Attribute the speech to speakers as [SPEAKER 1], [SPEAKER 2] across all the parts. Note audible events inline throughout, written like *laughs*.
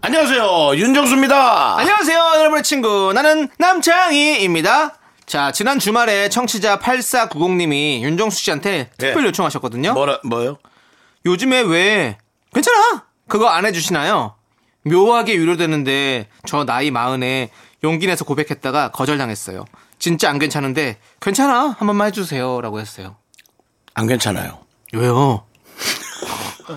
[SPEAKER 1] 안녕하세요 윤정수입니다
[SPEAKER 2] 안녕하세요, 여러분의 친구. 나는 남창희입니다. 자, 지난 주말에 청취자 8490님이 윤정수 씨한테
[SPEAKER 1] 네.
[SPEAKER 2] 특별 요청하셨거든요.
[SPEAKER 1] 뭐라 뭐요
[SPEAKER 2] 요즘에 왜, 괜찮아! 그거 안 해주시나요? 묘하게 유료되는데, 저 나이 마흔에 용기 내서 고백했다가 거절당했어요. 진짜 안 괜찮은데, 괜찮아! 한 번만 해주세요. 라고 했어요.
[SPEAKER 1] 안 괜찮아요
[SPEAKER 2] 왜요?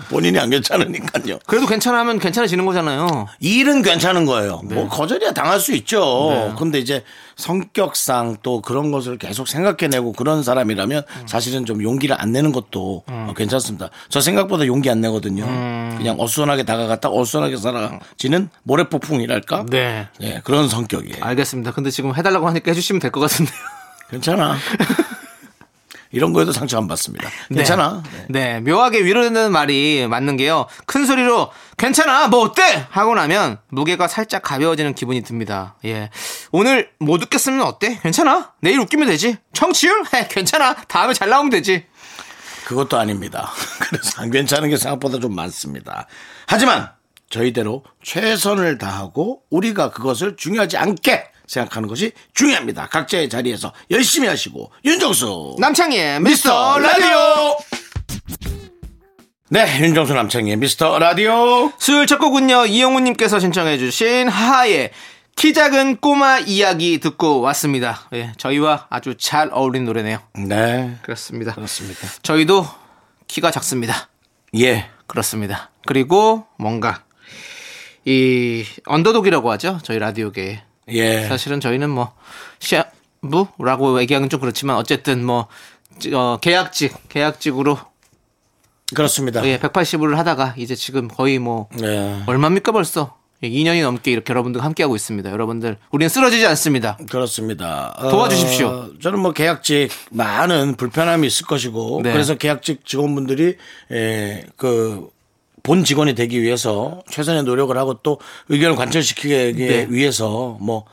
[SPEAKER 1] 본인이 안 괜찮으니까요
[SPEAKER 2] 그래도 괜찮으면 괜찮아지는 거잖아요.
[SPEAKER 1] 일은 괜찮은 거예요 뭐 거절이야 당할 수 있죠 근데 이제 성격상 또 그런 것을 계속 생각해내고 그런 사람이라면 사실은 좀 용기를 안 내는 것도 어, 괜찮습니다 저 생각보다 용기 안 내거든요 그냥 어수선하게 다가갔다 어수선하게 살아지는 모래폭풍이랄까
[SPEAKER 2] 네.
[SPEAKER 1] 네, 그런 성격이에요
[SPEAKER 2] 알겠습니다. 근데 지금 해달라고 하니까 해주시면 될 것 같은데요.
[SPEAKER 1] 괜찮아 이런 거에도 상처 안 받습니다 괜찮아 네.
[SPEAKER 2] 네, 묘하게 위로되는 말이 맞는 게요. 큰 소리로 괜찮아, 뭐 어때? 하고 나면 무게가 살짝 가벼워지는 기분이 듭니다. 예, 오늘 못 웃겼으면 어때? 괜찮아? 내일 웃기면 되지. 청취율? *laughs* 헤, 괜찮아. 다음에 잘 나오면 되지.
[SPEAKER 1] 그것도 아닙니다. *laughs* 그래서 안 괜찮은 게 생각보다 좀 많습니다. 하지만 저희대로 최선을 다하고 우리가 그것을 중요하지 않게 생각하는 것이 중요합니다. 각자의 자리에서 열심히 하시고 윤정수
[SPEAKER 2] 남창희의
[SPEAKER 1] 미스터
[SPEAKER 2] 미스터 라디오.
[SPEAKER 1] 라디오 네 윤정수 남창희의 미스터 라디오
[SPEAKER 2] 수요일 첫 곡은요 이영우님께서 신청해주신 하하의 키 작은 꼬마 이야기 듣고 왔습니다. 예, 저희와 아주 잘 어울린 노래네요.
[SPEAKER 1] 네
[SPEAKER 2] 그렇습니다.
[SPEAKER 1] 그렇습니다.
[SPEAKER 2] 저희도 키가 작습니다.
[SPEAKER 1] 예
[SPEAKER 2] 그렇습니다. 그리고 뭔가 이 언더독이라고 하죠. 저희 라디오계에.
[SPEAKER 1] 예.
[SPEAKER 2] 사실은 저희는 뭐 시아부라고 얘기하기는 좀 그렇지만 어쨌든 뭐 지- 어, 계약직, 계약직으로
[SPEAKER 1] 그렇습니다.
[SPEAKER 2] 예, 180을 하다가 이제 지금 거의 뭐
[SPEAKER 1] 네.
[SPEAKER 2] 얼마입니까 벌써? 예, 2년이 넘게 이렇게 여러분들과 함께하고 있습니다. 여러분들, 우리는 쓰러지지 않습니다.
[SPEAKER 1] 그렇습니다. 어,
[SPEAKER 2] 도와주십시오.
[SPEAKER 1] 저는 뭐 계약직 많은 불편함이 있을 것이고
[SPEAKER 2] 네.
[SPEAKER 1] 그래서 계약직 직원분들이 에, 그. 본 직원이 되기 위해서 최선의 노력을 하고 또 의견을 관철시키기
[SPEAKER 2] 네.
[SPEAKER 1] 위해서 뭐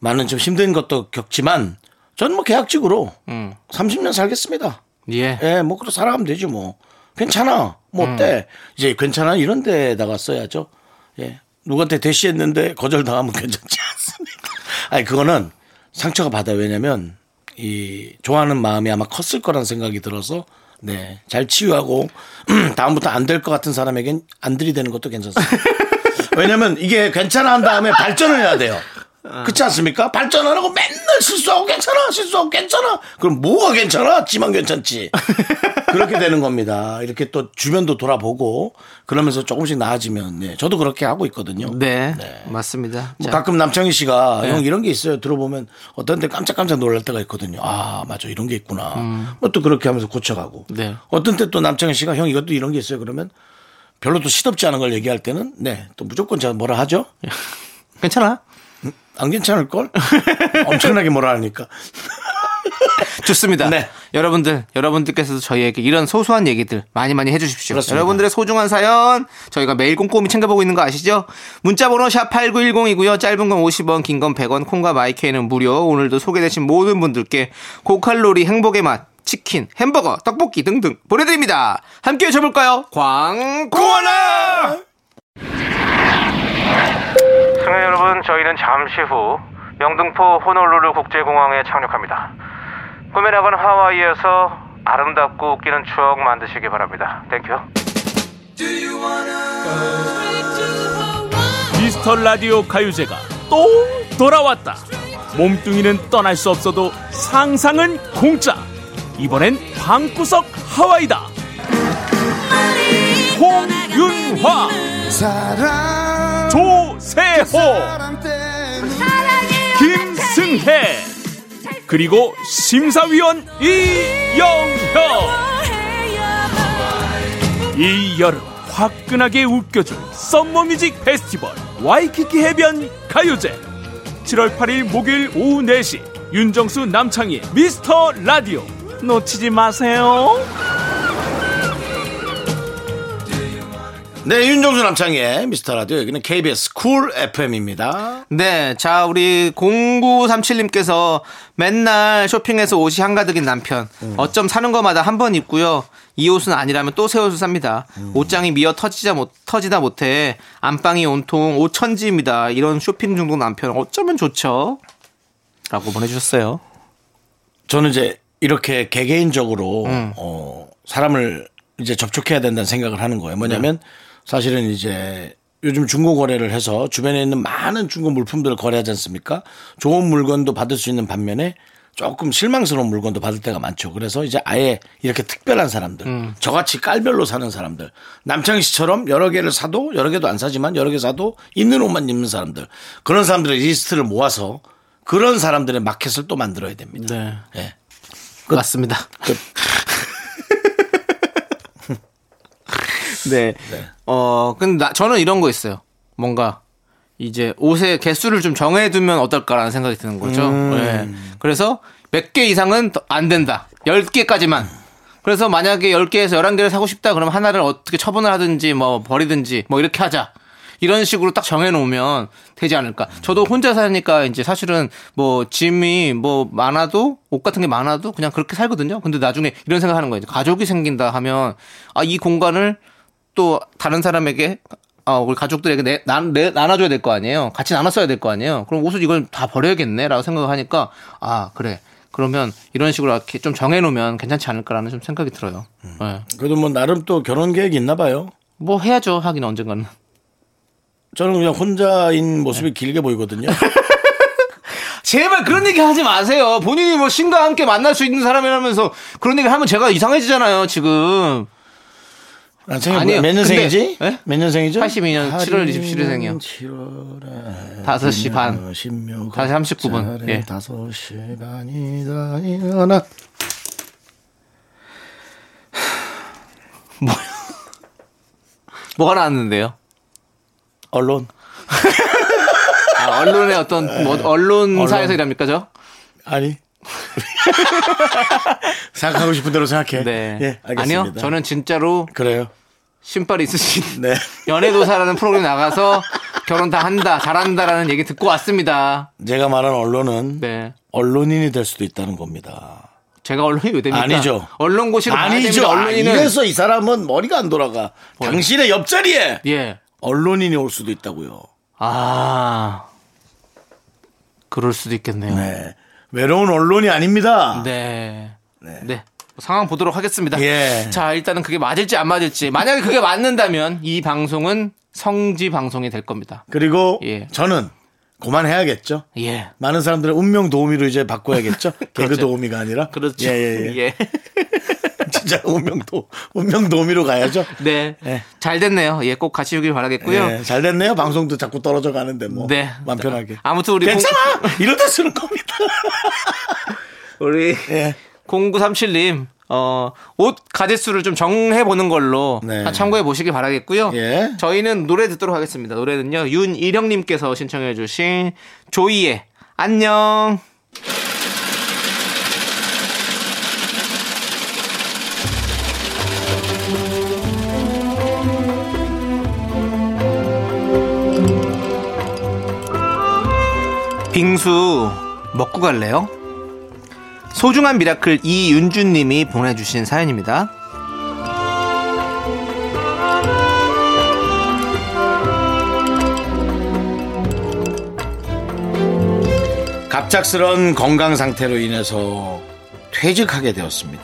[SPEAKER 1] 많은 좀 힘든 것도 겪지만 저는 뭐 계약직으로
[SPEAKER 2] 음.
[SPEAKER 1] 30년 살겠습니다.
[SPEAKER 2] 예.
[SPEAKER 1] 예, 뭐 그렇게 살아가면 되지 뭐. 괜찮아. 뭐 어때? 이제 괜찮아 이런 데다가 써야죠. 예. 누구한테 대시했는데 거절당하면 *laughs* 괜찮지 않습니까? 아니 그거는 상처가 받아요. 왜냐면 이 좋아하는 마음이 아마 컸을 거란 생각이 들어서 네. 잘 치유하고 *clears throat* 다음부터 안 될 것 같은 사람에겐 안 들이대는 것도 괜찮습니다. 왜냐면 이게 괜찮아 한 다음에 발전을 해야 돼요. 그렇지 않습니까? 발전 안 하고 맨날 실수하고 괜찮아, 실수하고 괜찮아. 그럼 뭐가 괜찮아? 지만 괜찮지. 그렇게 되는 겁니다. 이렇게 또 주변도 돌아보고 그러면서 조금씩 나아지면 네, 저도 그렇게 하고 있거든요.
[SPEAKER 2] 네, 맞습니다.
[SPEAKER 1] 뭐
[SPEAKER 2] 자, 네.
[SPEAKER 1] 가끔 남창희 씨가 형 이런 게 있어요. 들어보면 어떤 때 깜짝깜짝 놀랄 때가 있거든요. 아, 맞아. 이런 게 있구나. 뭐 또 그렇게 하면서 고쳐가고.
[SPEAKER 2] 음. 네.
[SPEAKER 1] 어떤 때 또 남창희 씨가 형 이것도 이런 게 있어요. 그러면 별로 또 시덥지 않은 걸 얘기할 때는 네. 또 무조건 제가 뭐라 하죠?
[SPEAKER 2] 예. 괜찮아?
[SPEAKER 1] 안 괜찮을 걸?
[SPEAKER 2] *laughs*
[SPEAKER 1] 엄청나게 뭐라 하니까.
[SPEAKER 2] 좋습니다.
[SPEAKER 1] 네.
[SPEAKER 2] 여러분들, 여러분들께서도 저희에게 이런 소소한 얘기들 많이 많이 해주십시오.
[SPEAKER 1] 그렇습니다.
[SPEAKER 2] 여러분들의 소중한 사연 저희가 매일 꼼꼼히 챙겨보고 있는 거 아시죠? 문자번호 샵 8910이고요. 짧은 건 50원, 긴 건 100원, 콩과 마이케이는 무료. 오늘도 소개되신 모든 분들께 고칼로리 행복의 맛, 치킨, 햄버거, 떡볶이 등등 보내드립니다. 함께 외쳐볼까요? 광고하라!
[SPEAKER 3] 승객 여러분, 저희는 잠시 후 영등포 호놀루루 국제공항에 착륙합니다. 꿈에 나간 하와이에서 아름답고 웃기는 추억 만드시기 바랍니다. 땡큐.
[SPEAKER 4] 미스터 라디오 가요제가 또 돌아왔다 몸뚱이는 떠날 수 없어도 상상은 공짜 이번엔 방구석 하와이다 홍윤화 조세호 김승혜 그리고 심사위원 이영혁 이 여름 화끈하게 웃겨줄 썸머뮤직 페스티벌 와이키키 해변 가요제 7월 8일 목요일 오후 4시 윤정수 남창희 미스터 라디오 놓치지 마세요.
[SPEAKER 1] 네, 윤종수 남창의 미스터 라디오 여기는 KBS 쿨 FM입니다.
[SPEAKER 2] 네, 자 우리 0937님께서 맨날 쇼핑해서 옷이 한가득인 남편 어쩜 사는 거마다 한 번 입고요 이 옷은 아니라면 또 새 옷을 삽니다 옷장이 미어 터지자 못 터지다 못해 안방이 온통 옷 천지입니다 이런 쇼핑 중독 남편 어쩌면 좋죠? 라고 보내주셨어요.
[SPEAKER 1] 저는 이제 이렇게 개개인적으로 어, 사람을 이제 접촉해야 된다는 생각을 하는 거예요. 뭐냐면 사실은 이제 요즘 중고 거래를 해서 주변에 있는 많은 중고 물품들을 거래하지 않습니까? 좋은 물건도 받을 수 있는 반면에 조금 실망스러운 물건도 받을 때가 많죠. 그래서 이제 아예 이렇게 특별한 사람들, 저같이 깔별로 사는 사람들, 남창희 씨처럼 여러 개를 사도 여러 개도 안 사지만 여러 개 사도 있는 옷만 입는 사람들, 그런 사람들의 리스트를 모아서 그런 사람들의 마켓을 또 만들어야 됩니다.
[SPEAKER 2] 네,
[SPEAKER 1] 예.
[SPEAKER 2] 맞습니다. *laughs* 네. 어, 근데 나- 저는 이런 거 있어요. 뭔가 이제 옷의 개수를 좀 정해두면 어떨까라는 생각이 드는 거죠. 네. 그래서 몇 개 이상은 더- 안 된다. 10개까지만. 그래서 만약에 10개에서 11개를 사고 싶다 그러면 하나를 어떻게 처분을 하든지 뭐 버리든지 뭐 이렇게 하자. 이런 식으로 딱 정해놓으면 되지 않을까. 저도 혼자 사니까 이제 사실은 뭐 짐이 뭐 많아도 옷 같은 게 많아도 그냥 그렇게 살거든요. 근데 나중에 이런 생각하는 거예요. 가족이 생긴다 하면 아 이 공간을 또 다른 사람에게 어, 우리 가족들에게 내, 나, 내, 나눠줘야 될 거 아니에요. 같이 나눴어야 될 거 아니에요. 그럼 옷을 이걸 다 버려야겠네라고 생각을 하니까 아 그래. 그러면 이런 식으로 이렇게 좀 정해놓으면 괜찮지 않을까라는 좀 생각이 들어요. 예.
[SPEAKER 1] 그래도 뭐 나름 또 결혼 계획이 있나 봐요.
[SPEAKER 2] 뭐 해야죠. 하긴 언젠가는. *laughs*
[SPEAKER 1] 저는 그냥 혼자인 모습이 길게 보이거든요.
[SPEAKER 2] 제발 그런 얘기 하지 마세요. 본인이 뭐 신과 함께 만날 수 있는 사람이라면서 그런 얘기를 하면 제가 이상해지잖아요. 지금
[SPEAKER 1] 남창희
[SPEAKER 2] 아니에요.
[SPEAKER 1] 몇 년생이지?
[SPEAKER 2] 근데- 예?
[SPEAKER 1] 몇 년생이죠?
[SPEAKER 2] 82년 7월 27일 일 생이요.
[SPEAKER 1] 7월에
[SPEAKER 2] 5시 반.
[SPEAKER 1] 음.
[SPEAKER 2] 다시 39 분. 예.
[SPEAKER 1] 5시 반이다 일어나.
[SPEAKER 2] 뭐가 나왔는데요?
[SPEAKER 1] 언론.
[SPEAKER 2] 아, 언론의 어떤 뭐, 언론사에서
[SPEAKER 1] 네. 언론.
[SPEAKER 2] 일합니까, 저?
[SPEAKER 1] 아니. *laughs* 생각하고 싶은 대로 생각해.
[SPEAKER 2] 네.
[SPEAKER 1] 예, 알겠습니다.
[SPEAKER 2] 아니요, 저는 진짜로
[SPEAKER 1] 그래요.
[SPEAKER 2] 신발이 있으신
[SPEAKER 1] 네.
[SPEAKER 2] *laughs* 연애도사라는 프로그램 나가서 결혼 다 한다, 잘한다라는 얘기 듣고 왔습니다.
[SPEAKER 1] 제가 말한 언론은
[SPEAKER 2] 네.
[SPEAKER 1] 언론인이 될 수도 있다는 겁니다.
[SPEAKER 2] 제가 언론이 왜 됩니까?
[SPEAKER 1] 아니죠.
[SPEAKER 2] 언론고시로
[SPEAKER 1] 아니죠.
[SPEAKER 2] 언론인은
[SPEAKER 1] 이래서 이 사람은 머리가 안 돌아가. 당신의 옆자리에
[SPEAKER 2] 예.
[SPEAKER 1] 언론인이 올 수도 있다고요.
[SPEAKER 2] 아. 그럴 수도 있겠네요. 네.
[SPEAKER 1] 네. 외로운 언론이 아닙니다.
[SPEAKER 2] 네. 상황 보도록 하겠습니다.
[SPEAKER 1] 예.
[SPEAKER 2] 자, 일단은 그게 맞을지 안 맞을지. 만약에 그게 맞는다면 이 방송은 성지 방송이 될 겁니다.
[SPEAKER 1] 그리고
[SPEAKER 2] 예.
[SPEAKER 1] 저는 그만해야겠죠.
[SPEAKER 2] 예.
[SPEAKER 1] 많은 사람들의 운명 도우미로 이제 바꿔야겠죠. 개그
[SPEAKER 2] *laughs* 그렇죠.
[SPEAKER 1] 도우미가 아니라.
[SPEAKER 2] 그렇죠.
[SPEAKER 1] 예, 예, 예.
[SPEAKER 2] *laughs* 예.
[SPEAKER 1] *laughs* 진짜 운명 도 운명 도우미로 가야죠.
[SPEAKER 2] 네.
[SPEAKER 1] 예.
[SPEAKER 2] 잘 됐네요. 예, 꼭 같이 오길 바라겠고요.
[SPEAKER 1] 예, 잘 됐네요. 방송도 자꾸 떨어져 가는데 뭐.
[SPEAKER 2] 네.
[SPEAKER 1] 마음 편하게.
[SPEAKER 2] 아무튼 우리
[SPEAKER 1] 괜찮아. 이러다 쓰는 겁니다.
[SPEAKER 2] *laughs* 우리
[SPEAKER 1] 예.
[SPEAKER 2] 0937님 어, 옷 가짓수를 좀 정해 보는 걸로
[SPEAKER 1] 네.
[SPEAKER 2] 참고해 보시길 바라겠고요.
[SPEAKER 1] 예.
[SPEAKER 2] 저희는 노래 듣도록 하겠습니다. 노래는요. 윤일영 님께서 신청해 주신 조이의 안녕. 빙수 먹고 갈래요? 소중한 미라클 이윤주님이 보내주신 사연입니다.
[SPEAKER 1] 갑작스런 건강 상태로 인해서 퇴직하게 되었습니다.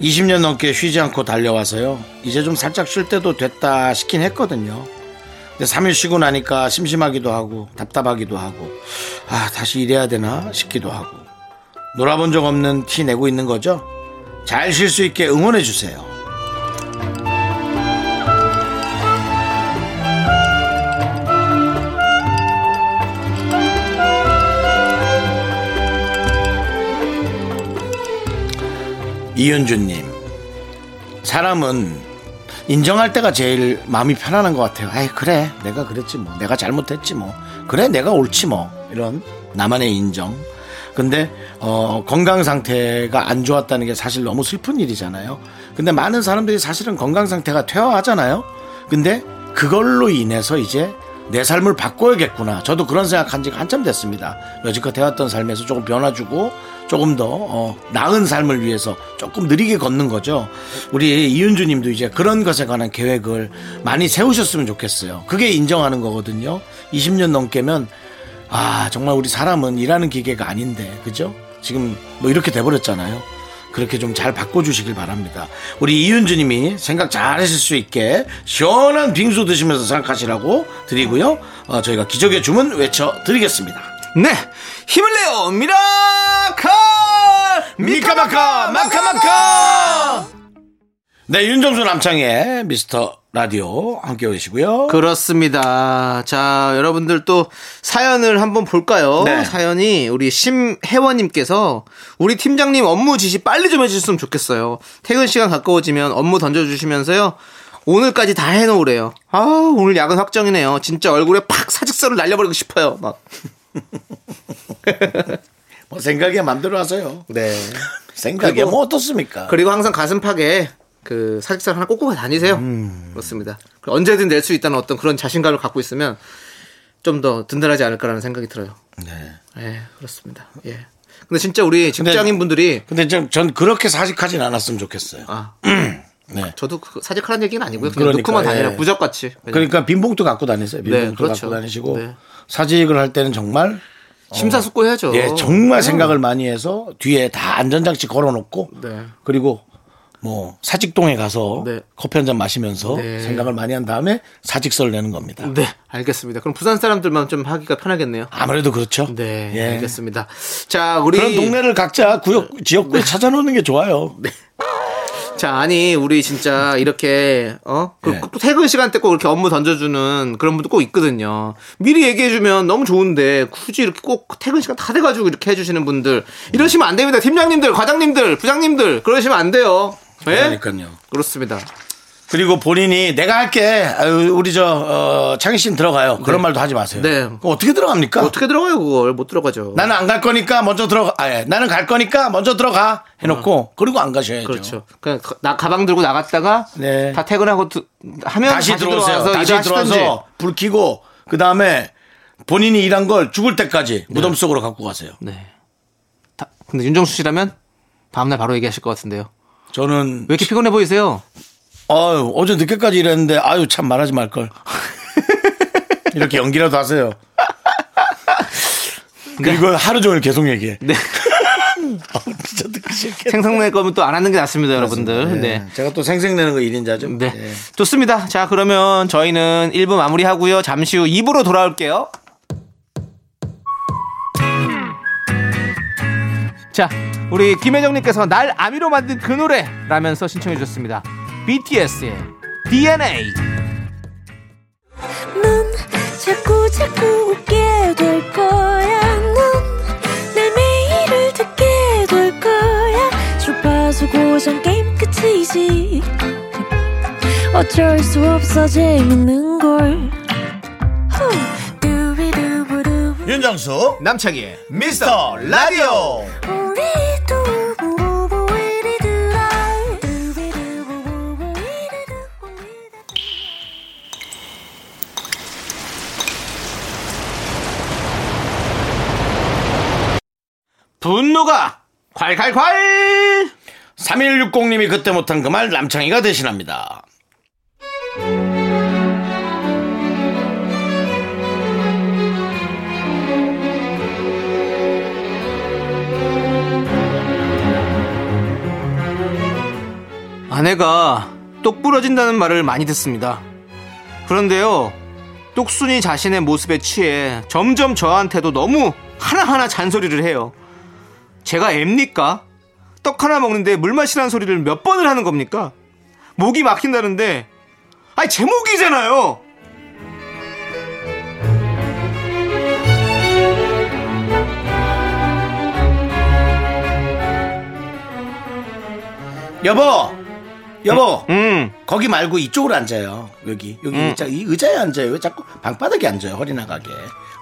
[SPEAKER 1] 20년 넘게 쉬지 않고 달려와서요. 이제 좀 살짝 쉴 때도 됐다 싶긴 했거든요. 근데 3일 쉬고 나니까 심심하기도 하고 답답하기도 하고 아 다시 일해야 되나 싶기도 하고 놀아본 적 없는 티 내고 있는 거죠. 잘 쉴 수 있게 응원해 주세요. 이현주님, 사람은 인정할 때가 제일 마음이 편안한 것 같아요. 에이 그래 내가 그랬지 뭐 내가 잘못했지 뭐 그래 내가 옳지 뭐 이런 나만의 인정. 근데 어, 건강 상태가 안 좋았다는 게 사실 너무 슬픈 일이잖아요. 근데 많은 사람들이 사실은 건강 상태가 퇴화하잖아요. 근데 그걸로 인해서 이제 내 삶을 바꿔야겠구나. 저도 그런 생각한 지가 한참 됐습니다. 여지껏 해왔던 삶에서 조금 변화주고 조금 더 어, 나은 삶을 위해서 조금 느리게 걷는 거죠. 우리 이윤주님도 이제 그런 것에 관한 계획을 많이 세우셨으면 좋겠어요. 그게 인정하는 거거든요. 20년 넘게면 아 정말 우리 사람은 일하는 기계가 아닌데 그죠? 지금 뭐 이렇게 돼버렸잖아요. 그렇게 좀 잘 바꿔주시길 바랍니다. 우리 이윤주님이 생각 잘 하실 수 있게 시원한 빙수 드시면서 생각하시라고 드리고요. 어, 저희가 기적의 주문 외쳐드리겠습니다.
[SPEAKER 2] 네, 힘을 내요, 미라카!
[SPEAKER 1] 미카마카 마카마카 네 윤정수 남창의 미스터 라디오 함께 계시고요
[SPEAKER 2] 그- 그렇습니다. 자, 여러분들 또 사연을 한번 볼까요?
[SPEAKER 1] 네.
[SPEAKER 2] 사연이 우리 심혜원님께서 우리 팀장님 업무 지시 빨리 좀 해주셨으면 좋겠어요. 퇴근 시간 가까워지면 업무 던져주시면서요. 오늘까지 다 해놓으래요. 아, 오늘 야근 확정이네요. 진짜 얼굴에 팍 사직서를 날려버리고 싶어요. 막.
[SPEAKER 1] 뭐 생각에 맘대로 하세요
[SPEAKER 2] 네.
[SPEAKER 1] 생각에
[SPEAKER 2] 그리고-
[SPEAKER 1] 뭐 어떻습니까
[SPEAKER 2] 그리고 항상 가슴팍에 그 사직서 하나 꼭꼭 다니세요.
[SPEAKER 1] 음.
[SPEAKER 2] 그렇습니다. 그리고 언제든 낼 수 있다는 어떤 그런 자신감을 갖고 있으면 좀 더 든든하지 않을까라는 생각이 들어요.
[SPEAKER 1] 네.
[SPEAKER 2] 예, 그렇습니다. 예. 근데 진짜 우리 직장인분들이
[SPEAKER 1] 근데 전, 전 그렇게 사직하진 않았으면 좋겠어요
[SPEAKER 2] 아,
[SPEAKER 1] 네.
[SPEAKER 2] 저도 그 사직하라는 얘기는 아니고요. 그냥
[SPEAKER 1] 그러니까,
[SPEAKER 2] 놓고만 다니라
[SPEAKER 1] 예.
[SPEAKER 2] 고 부적같이. 그냥
[SPEAKER 1] 그러니까 빈봉투 갖고 다니세요 빈봉투
[SPEAKER 2] 네. 그렇죠.
[SPEAKER 1] 갖고 다니시고
[SPEAKER 2] 네.
[SPEAKER 1] 사직을 할 때는 정말
[SPEAKER 2] 심사숙고해야죠.
[SPEAKER 1] 예, 정말 생각을 많이 해서 뒤에 다 안전장치 걸어놓고
[SPEAKER 2] 네.
[SPEAKER 1] 그리고 뭐 사직동에 가서
[SPEAKER 2] 네.
[SPEAKER 1] 커피 한 잔 마시면서
[SPEAKER 2] 네.
[SPEAKER 1] 생각을 많이 한 다음에 사직서를 내는 겁니다.
[SPEAKER 2] 네, 알겠습니다. 그럼 부산 사람들만 좀 하기가 편하겠네요.
[SPEAKER 1] 아무래도 그렇죠.
[SPEAKER 2] 네,
[SPEAKER 1] 예.
[SPEAKER 2] 알겠습니다. 자, 우리
[SPEAKER 1] 그런 동네를 각자 구역 지역구에
[SPEAKER 2] 네.
[SPEAKER 1] 찾아놓는 게 좋아요.
[SPEAKER 2] 자, 아니, 우리 진짜 이렇게, 어? 그
[SPEAKER 1] 예.
[SPEAKER 2] 꼭 퇴근 시간 때 꼭 이렇게 업무 던져주는 그런 분도 꼭 있거든요. 미리 얘기해주면 너무 좋은데, 굳이 이렇게 꼭 퇴근 시간 다 돼가지고 이렇게 해주시는 분들. 이러시면 안 됩니다. 팀장님들, 과장님들, 부장님들. 그러시면 안 돼요. 예?
[SPEAKER 1] 네, 그러니까요.
[SPEAKER 2] 그렇습니다.
[SPEAKER 1] 그리고 본인이 내가 할게 아유, 우리 저 어, 창희 씨는 들어가요. 그런 말도 하지 마세요.
[SPEAKER 2] 네.
[SPEAKER 1] 그럼 어떻게 들어갑니까?
[SPEAKER 2] 어떻게 들어가요, 그걸? 못 들어가죠.
[SPEAKER 1] 나는 안 갈 거니까 먼저 들어가. 아, 예. 나는 갈 거니까 먼저 들어가 해놓고 그리고 안 가셔야죠.
[SPEAKER 2] 그렇죠. 그냥 가- 나 가방 들고 나갔다가
[SPEAKER 1] 네.
[SPEAKER 2] 다 퇴근하고 두- 하면
[SPEAKER 1] 다시, 들어오세요.
[SPEAKER 2] 들어와서
[SPEAKER 1] 다시
[SPEAKER 2] 일하시든지.
[SPEAKER 1] 들어와서 불 켜고 그 다음에 본인이 일한 걸 죽을 때까지 무덤 속으로 갖고 가세요.
[SPEAKER 2] 네. 다- 근데 윤정수 씨라면 다음날 바로 얘기하실 것 같은데요.
[SPEAKER 1] 저는
[SPEAKER 2] 왜 이렇게 피곤해 보이세요?
[SPEAKER 1] 아유, 어제 늦게까지 일했는데 아유 참 말하지 말 걸.
[SPEAKER 2] *laughs*
[SPEAKER 1] 이렇게 연기라도 하세요. 그리고 하루 종일 계속 얘기해. *laughs*
[SPEAKER 2] 네.
[SPEAKER 1] 진짜 듣기 싫게.
[SPEAKER 2] 생성낼 거면 또 안 하는 게 낫습니다, 여러분들. 네.
[SPEAKER 1] 제가 또 생색내는 거 1인자죠.
[SPEAKER 2] 네. 좋습니다. 자, 그러면 저희는 1부 마무리하고요. 잠시 후 2부로 돌아올게요. 자, 우리 김혜정님께서 날 아미로 만든 그 노래 라면서 신청해 주셨습니다. BTS의 DNA.
[SPEAKER 5] 넌 자꾸 자꾸 웃게 될 거야. 넌내 매일을 듣게 될 거야. 주파수 고정 게임 끝이지. 어쩔 수 없어 재밌는 걸. 후. 두비두부두.
[SPEAKER 1] 윤정수
[SPEAKER 2] 남창희의
[SPEAKER 1] 미스터 라디오.
[SPEAKER 5] 우리 두부부부 우리 두라. 두비두부부부 우리 두부 우리 두부.
[SPEAKER 2] 분노가 콸콸콸!
[SPEAKER 1] 3160님이 그때 못한 그 말 남창희가 대신합니다.
[SPEAKER 2] 아내가 똑 부러진다는 말을 많이 듣습니다. 그런데요, 똑순이 자신의 모습에 취해 점점 저한테도 너무 하나하나 잔소리를 해요. 제가 앱니까? 떡 하나 먹는데 물 마시라는 소리를 몇 번을 하는 겁니까? 목이 막힌다는데, 아니, 제 목이잖아요!
[SPEAKER 1] 여보, 여보,
[SPEAKER 2] 음.
[SPEAKER 1] 거기 말고 이쪽으로 앉아요. 여기, 여기 의자, 이 의자에 앉아요. 왜 자꾸 방바닥에 앉아요? 허리 나가게.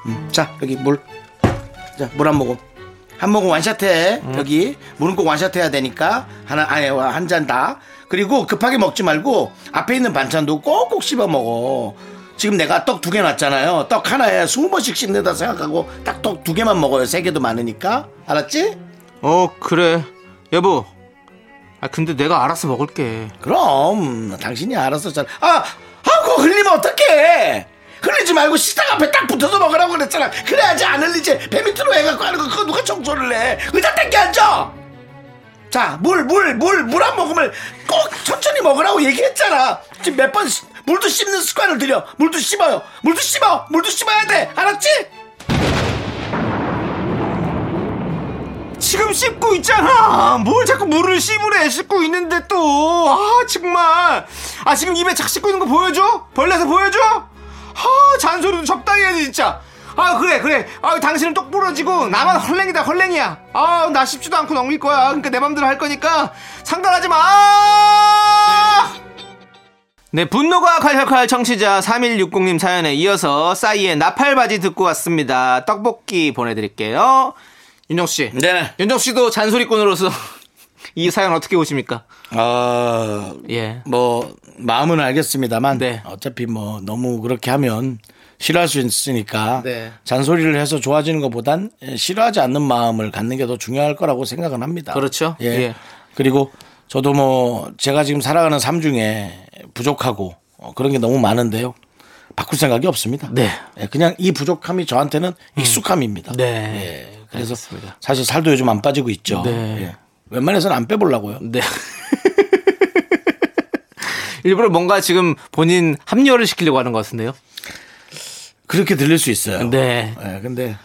[SPEAKER 1] 음, 자, 여기 물. 자, 물 한 모금. 한 모금 완샷해.
[SPEAKER 2] 음.
[SPEAKER 1] 여기 물은 꼭 완샷해야 되니까 하나 아니 한 잔 다. 그리고 급하게 먹지 말고 앞에 있는 반찬도 꼭꼭 씹어 먹어. 지금 내가 떡 두 개 놨잖아요. 떡 하나에 스무 번씩 씹는다 생각하고 딱 떡 두 개만 먹어요. 세 개도 많으니까 알았지?
[SPEAKER 2] 어 그래 여보 아 근데 내가 알아서 먹을게
[SPEAKER 1] 그럼 당신이 알아서 잘. 아, 아, 그거 흘리면 어떡해? 흘리지 말고 식탁 앞에 딱 붙어서 먹으라고 그랬잖아. 그래야지 안 흘리지. 배 밑으로 해갖고 하는 거 그거 누가 청소를 해? 의자 땡겨 앉아. 자, 물, 물, 물, 물 한 모금을 꼭 천천히 먹으라고 얘기했잖아. 지금 몇 번 물도 씹는 습관을 들여. 물도 씹어요. 물도 씹어. 물도 씹어야 돼. 알았지?
[SPEAKER 2] 지금 씹고 있잖아 뭘 자꾸 물을 씹으래 씹고 있는데 또 아 정말 아 지금 입에 착 씹고 있는 거 보여줘 벌레서 보여줘 아 잔소리도 적당히 해야지 진짜 아 그래 그래 아 당신은 똑 부러지고 나만 헐랭이다 헐랭이야 아 나 씹지도 않고 넘길 거야 그러니까 내 맘대로 할 거니까 상관하지 마 네, 분노가 칼칼칼 청취자 3160님 사연에 이어서 싸이의 나팔바지 듣고 왔습니다. 떡볶이 보내드릴게요. 윤정씨.
[SPEAKER 1] 네.
[SPEAKER 2] 윤정씨도 잔소리꾼으로서 *laughs* 이 사연 어떻게 보십니까?
[SPEAKER 1] 아,
[SPEAKER 2] 예. *laughs*
[SPEAKER 1] 뭐 마음은 알겠습니다만
[SPEAKER 2] 네.
[SPEAKER 1] 어차피 뭐 너무 그렇게 하면 싫어할 수 있으니까
[SPEAKER 2] 네.
[SPEAKER 1] 잔소리를 해서 좋아지는 것보단 예, 싫어하지 않는 마음을 갖는 게 더 중요할 거라고 생각은 합니다.
[SPEAKER 2] 그렇죠.
[SPEAKER 1] 예.
[SPEAKER 2] 예.
[SPEAKER 1] 그리고 저도 뭐 제가 지금 살아가는 삶 중에 부족하고 어, 그런 게 너무 많은데요. 바꿀 생각이 없습니다.
[SPEAKER 2] 네. 음.
[SPEAKER 1] 예, 그냥 이 부족함이 저한테는 익숙함입니다.
[SPEAKER 2] 네.
[SPEAKER 1] 예. 그래서
[SPEAKER 2] 알겠습니다.
[SPEAKER 1] 사실 살도 요즘 안 빠지고 있죠.
[SPEAKER 2] 네.
[SPEAKER 1] 예. 웬만해서는 안 빼보려고요.
[SPEAKER 2] 네. 일부러 뭔가 지금 본인 합류를 시키려고 하는 것 같은데요?
[SPEAKER 1] 그렇게 들릴 수 있어요.
[SPEAKER 2] 네.
[SPEAKER 1] 예, 근데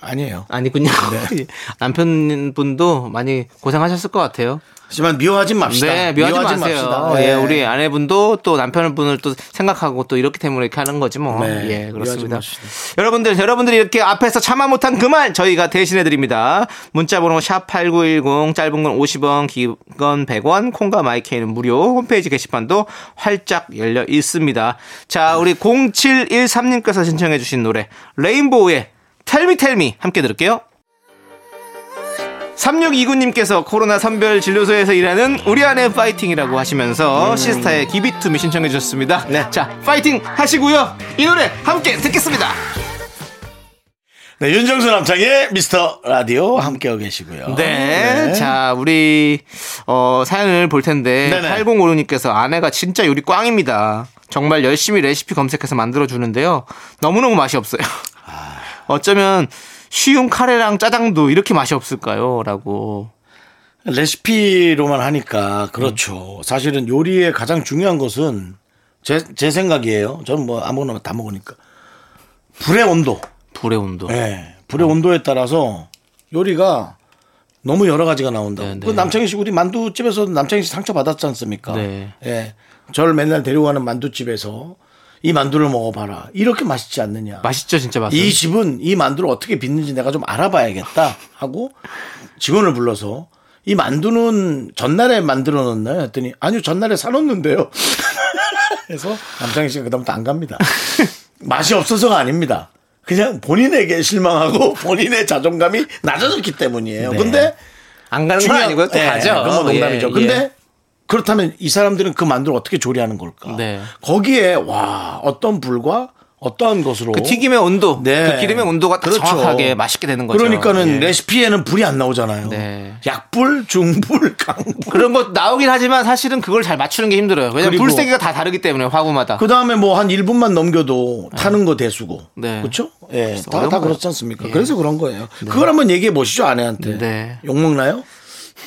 [SPEAKER 1] 아니에요.
[SPEAKER 2] 아니군요. *laughs*
[SPEAKER 1] 네.
[SPEAKER 2] 남편분도 많이 고생하셨을 것 같아요.
[SPEAKER 1] 하지만 미워하지 네. 맙시다.
[SPEAKER 2] 네, 미워하지 마세요. 예, 우리 아내분도 또 남편분을 또 생각하고 또 이렇게 때문에 이렇게 하는 거지 뭐.
[SPEAKER 1] 네,
[SPEAKER 2] 예,
[SPEAKER 1] 미워하지
[SPEAKER 2] 그렇습니다.
[SPEAKER 1] 마시다.
[SPEAKER 2] 여러분들, 여러분들이 이렇게 앞에서 참아 못한 그 말 저희가 대신해 드립니다. 문자번호 샵8910, 짧은 건 50원, 긴 건 100원, 콩과 마이케이는 무료, 홈페이지 게시판도 활짝 열려 있습니다. 자, 우리 0713님께서 신청해 주신 노래, 레인보우의 텔미 텔미 함께 들을게요. 3629님께서 코로나 선별 진료소에서 일하는 우리 아내 파이팅이라고 하시면서
[SPEAKER 1] 음.
[SPEAKER 2] 시스타의 기비투미 신청해 주셨습니다.
[SPEAKER 1] 네.
[SPEAKER 2] 자, 파이팅 하시고요. 이 노래 함께 듣겠습니다.
[SPEAKER 1] 네, 윤정수 남창의 미스터 라디오 함께하고 계시고요.
[SPEAKER 2] 네. 자, 우리, 어, 사연을 볼 텐데,
[SPEAKER 1] 네네.
[SPEAKER 2] 8056님께서 아내가 진짜 요리 꽝입니다. 정말 열심히 레시피 검색해서 만들어주는데요. 너무너무 맛이 없어요.
[SPEAKER 1] 아.
[SPEAKER 2] 어쩌면 쉬운 카레랑 짜장도 이렇게 맛이 없을까요? 라고.
[SPEAKER 1] 레시피로만 하니까 그렇죠. 사실은 요리의 가장 중요한 것은 제, 제 생각이에요. 저는 뭐 아무거나 다 먹으니까. 불의 온도.
[SPEAKER 2] 불의 온도. 어.
[SPEAKER 1] 예. 불의 온도에 따라서 요리가 너무 여러 가지가 나온다.
[SPEAKER 2] 네, 네.
[SPEAKER 1] 그 남창희 씨 우리 만두집에서 남창희 씨 상처 받았지 않습니까?
[SPEAKER 2] 네.
[SPEAKER 1] 예. 저를 맨날 데려가는 만두집에서 이 만두를 먹어봐라. 이렇게 맛있지 않느냐.
[SPEAKER 2] 맛있죠, 진짜 맛있
[SPEAKER 1] 이 집은 이 만두를 어떻게 빚는지 내가 좀 알아봐야겠다 하고 직원을 불러서 이 만두는 전날에 만들어 놓나요? 했더니 아니요 전날에 사놓는데요. *laughs* 그래서 남창희 씨가 그다음부터 안
[SPEAKER 2] *laughs*
[SPEAKER 1] 갑니다. 맛이 없어서가 아닙니다. 그냥 본인에게 실망하고 *laughs* 본인의 자존감이 낮아졌기 때문이에요. 근데
[SPEAKER 2] 안 가는 네. 건
[SPEAKER 1] 중요한-
[SPEAKER 2] 아니고요. 또
[SPEAKER 1] 예,
[SPEAKER 2] 가죠.
[SPEAKER 1] 그건 뭐
[SPEAKER 2] 예,
[SPEAKER 1] 농담이죠.
[SPEAKER 2] 예.
[SPEAKER 1] 근데 그렇다면 이 사람들은 그 만두를 어떻게 조리하는 걸까?
[SPEAKER 2] 네.
[SPEAKER 1] 거기에 와 어떤 불과 어떤 것으로
[SPEAKER 2] 그 튀김의 온도, 그 기름의 온도가 딱
[SPEAKER 1] 네. 그렇죠.
[SPEAKER 2] 정확하게 맛있게 되는 거죠.
[SPEAKER 1] 그러니까는
[SPEAKER 2] 예.
[SPEAKER 1] 레시피에는 불이 안 나오잖아요.
[SPEAKER 2] 네.
[SPEAKER 1] 약불, 중불, *laughs* 강불.
[SPEAKER 2] 그런 거 나오긴 하지만 사실은 그걸 잘 맞추는 게 힘들어요. 왜냐면
[SPEAKER 1] 그리고-
[SPEAKER 2] 불 세기가 다 다르기 때문에 화구마다.
[SPEAKER 1] 그 다음에 뭐 한 1분만 넘겨도 타는 거 대수고.
[SPEAKER 2] 네.
[SPEAKER 1] 그렇죠? 예. 다,
[SPEAKER 2] 어려운
[SPEAKER 1] 다
[SPEAKER 2] 거예요.
[SPEAKER 1] 그렇지 않습니까? 그래서 그런 거예요. 그걸 한번 얘기해 보시죠, 아내한테.
[SPEAKER 2] 네.
[SPEAKER 1] 욕먹나요?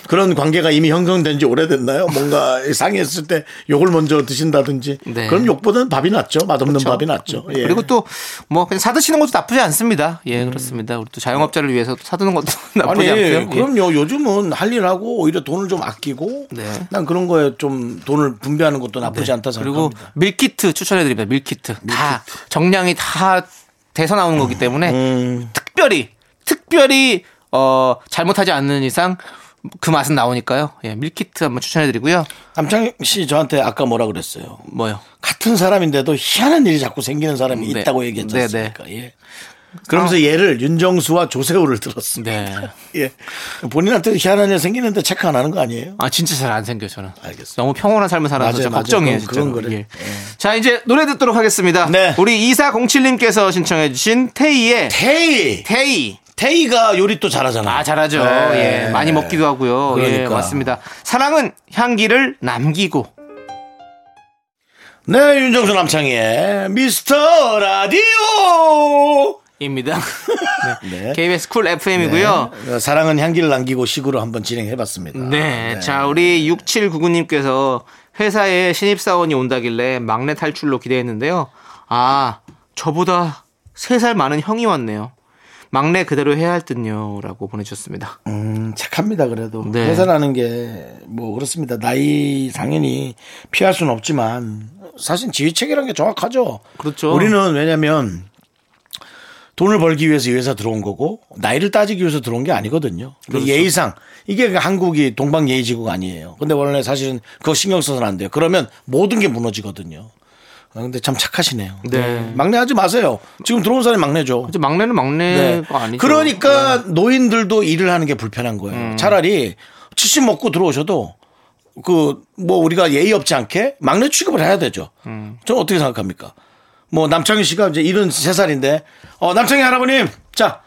[SPEAKER 1] 그런 관계가 이미 형성된 지 오래됐나요?
[SPEAKER 2] *laughs*
[SPEAKER 1] 뭔가 상했을 때 욕을 먼저 드신다든지.
[SPEAKER 2] 네. 그렇죠.
[SPEAKER 1] 그럼 욕보다는 밥이 낫죠. 맛없는 밥이 낫죠. 예. 음.
[SPEAKER 2] 그리고 또 뭐 그냥 사드시는 것도 나쁘지 않습니다. 예, 그렇습니다. 우리 또 자영업자를 위해서 또 사드는 것도 *laughs*
[SPEAKER 1] 아니
[SPEAKER 2] 나쁘지 않고요. 예.
[SPEAKER 1] 그럼요 요즘은 할 일하고 오히려 돈을 좀 아끼고
[SPEAKER 2] 네.
[SPEAKER 1] 난 그런 거에 좀 돈을 분배하는 것도 나쁘지 않다
[SPEAKER 2] 그리고
[SPEAKER 1] 생각합니다.
[SPEAKER 2] 밀키트 추천해드립니다. 밀키트. 다 정량이 다 돼서 나오는
[SPEAKER 1] 음.
[SPEAKER 2] 거기 때문에 특별히 특별히 어 잘못하지 않는 이상 그 맛은 나오니까요. 예, 밀키트 한번 추천해드리고요.
[SPEAKER 1] 남창희 씨 저한테 아까 뭐라 그랬어요?
[SPEAKER 2] 뭐요?
[SPEAKER 1] 같은 사람인데도 희한한 일이 자꾸 생기는 사람이
[SPEAKER 2] 네.
[SPEAKER 1] 있다고 얘기했지
[SPEAKER 2] 네, 아.
[SPEAKER 1] 않습니까? 예. 그러면서 얘를 윤정수와 조세호를 들었습니다.
[SPEAKER 2] 네.
[SPEAKER 1] 예. 본인한테 희한한 일 생기는데 체크 안 하는 거 아니에요?
[SPEAKER 2] 아 진짜 잘 안 생겨 저는.
[SPEAKER 1] 알겠습니다.
[SPEAKER 2] 너무 평온한 삶을 살아서
[SPEAKER 1] 맞아요,
[SPEAKER 2] 좀
[SPEAKER 1] 맞아요.
[SPEAKER 2] 걱정이에요
[SPEAKER 1] 그건-
[SPEAKER 2] 진짜.
[SPEAKER 1] 그건 그래. 예.
[SPEAKER 2] 자 이제 노래 듣도록 하겠습니다.
[SPEAKER 1] 네.
[SPEAKER 2] 우리 2407님께서 신청해주신 태희의
[SPEAKER 1] 테이!
[SPEAKER 2] 태희.
[SPEAKER 1] 테이가 요리 또 잘하잖아요.
[SPEAKER 2] 아 잘하죠.
[SPEAKER 1] 네.
[SPEAKER 2] 예 많이 먹기도 하고요. 예
[SPEAKER 1] 그러니까.
[SPEAKER 2] 맞습니다. 사랑은 향기를 남기고.
[SPEAKER 1] 네, 윤정수 남창희의 미스터 라디오!
[SPEAKER 2] 입니다. *laughs*
[SPEAKER 1] 네.
[SPEAKER 2] KBS 쿨 FM이고요.
[SPEAKER 1] 네. 사랑은 향기를 남기고 식으로 한번 진행해 봤습니다.
[SPEAKER 2] 네. 자, 우리 6799님께서 회사에 신입사원이 온다길래 막내 탈출로 기대했는데요. 아, 저보다 3살 많은 형이 왔네요. 막내 그대로 해야 할 듯요. 라고 보내주셨습니다.
[SPEAKER 1] 음, 착합니다, 그래도.
[SPEAKER 2] 네.
[SPEAKER 1] 회사라는 게, 뭐, 그렇습니다. 나이, 당연히 피할 수는 없지만, 사실 지휘체계라는 게 정확하죠.
[SPEAKER 2] 그렇죠.
[SPEAKER 1] 우리는 왜냐면, 돈을 벌기 위해서 이 회사 들어온 거고, 나이를 따지기 위해서 들어온 게 아니거든요. 근데
[SPEAKER 2] 그렇죠.
[SPEAKER 1] 예의상, 이게 그 한국이 동방예의지국 아니에요. 근데 원래 사실은 그거 신경 써서는 안 돼요. 그러면 모든 게 무너지거든요. 아, 근데 참 착하시네요.
[SPEAKER 2] 네.
[SPEAKER 1] 막내 하지 마세요. 지금 들어온 사람이 막내죠.
[SPEAKER 2] 이제 막내는
[SPEAKER 1] 네.
[SPEAKER 2] 막내가 아니죠. 네.
[SPEAKER 1] 그러니까 노인들도 일을 하는 게 불편한 거예요.
[SPEAKER 2] 음.
[SPEAKER 1] 차라리 70 먹고 들어오셔도 그 뭐 우리가 예의 없지 않게 막내 취급을 해야 되죠.
[SPEAKER 2] 음.
[SPEAKER 1] 저는 어떻게 생각합니까? 뭐 남창희 씨가 이제 73살인데 어 남창희 할아버님 자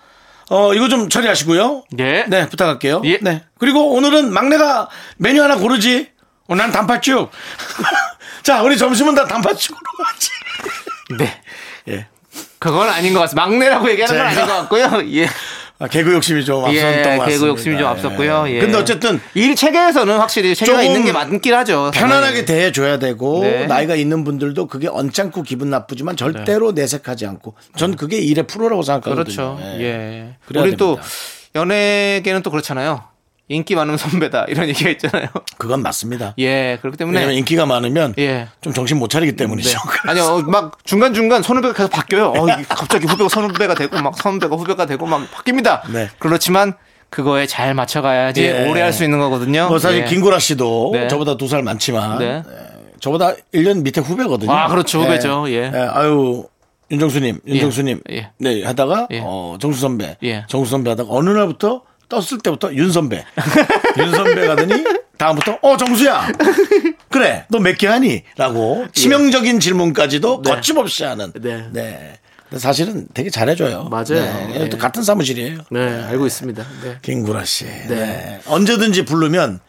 [SPEAKER 1] 어, 이거 좀 처리하시고요.
[SPEAKER 2] 예.
[SPEAKER 1] 네, 부탁할게요.
[SPEAKER 2] 예.
[SPEAKER 1] 네. 그리고 오늘은 막내가 메뉴 하나 고르지. 어, 난 단팥죽. *laughs* 자, 우리 점심은 다 단팥죽으로 *laughs* 하지.
[SPEAKER 2] 네.
[SPEAKER 1] 예.
[SPEAKER 2] 그건 아닌 것 같습니다. 막내라고 얘기하는 건 아닌
[SPEAKER 1] 제가-
[SPEAKER 2] 것 같고요. 예.
[SPEAKER 1] 아, 개그 욕심이 좀 앞섰던 것
[SPEAKER 2] 예.
[SPEAKER 1] 같습니다.
[SPEAKER 2] 개그 욕심이 좀 앞섰고요. 예.
[SPEAKER 1] 근데 어쨌든
[SPEAKER 2] 일 체계에서는 확실히 체계가
[SPEAKER 1] 조금
[SPEAKER 2] 있는 게 맞긴 하죠.
[SPEAKER 1] 편안하게 대해줘야 되고
[SPEAKER 2] 아, 네.
[SPEAKER 1] 나이가 있는 분들도 그게 언짢고 기분 나쁘지만 절대로 내색하지 않고 전 그게 일의 프로라고 생각하거든요.
[SPEAKER 2] 네. 그렇죠.
[SPEAKER 1] 예.
[SPEAKER 2] 예.
[SPEAKER 1] 그래야
[SPEAKER 2] 우리 또
[SPEAKER 1] 됩니다.
[SPEAKER 2] 연예계는 또 그렇잖아요. 인기 많은 선배다 이런 얘기가 있잖아요.
[SPEAKER 1] 그건 맞습니다.
[SPEAKER 2] *laughs* 예, 그렇기
[SPEAKER 1] 왜냐면
[SPEAKER 2] 때문에
[SPEAKER 1] 인기가 많으면
[SPEAKER 2] 예.
[SPEAKER 1] 좀 정신 못 차리기 때문이죠. *laughs*
[SPEAKER 2] 아니요, 어, 막 중간 중간 선후배가 계속 바뀌어요. 어, 이게 갑자기 후배가 선후배가 되고 막 선배가 후배가 되고 막 바뀝니다.
[SPEAKER 1] 네.
[SPEAKER 2] 그렇지만 그거에 잘 맞춰가야지
[SPEAKER 1] 예.
[SPEAKER 2] 오래 할 수 있는 거거든요.
[SPEAKER 1] 뭐 사실
[SPEAKER 2] 예.
[SPEAKER 1] 김구라 씨도
[SPEAKER 2] 네.
[SPEAKER 1] 저보다 두 살 많지만
[SPEAKER 2] 네.
[SPEAKER 1] 예, 저보다 1년 밑에 후배거든요.
[SPEAKER 2] 아, 그렇죠. 후배죠. 예.
[SPEAKER 1] 아유 윤정수님, 윤정수님,
[SPEAKER 2] 예.
[SPEAKER 1] 네 하다가
[SPEAKER 2] 예.
[SPEAKER 1] 어, 정수 선배,
[SPEAKER 2] 예.
[SPEAKER 1] 정수 선배 하다가 어느 날부터 떴을 때부터 윤 선배, *laughs* 윤 선배 가더니 다음부터 어 정수야, 그래 너 몇 개 하니?라고 치명적인 질문까지도 거침없이 하는.
[SPEAKER 2] 예. 네.
[SPEAKER 1] 네. 근데 사실은 되게 잘해줘요.
[SPEAKER 2] 맞아요.
[SPEAKER 1] 네.
[SPEAKER 2] 네.
[SPEAKER 1] 또 같은 사무실이에요.
[SPEAKER 2] 네, 알고 있습니다. 네.
[SPEAKER 1] 김구라 씨. 네. 언제든지 부르면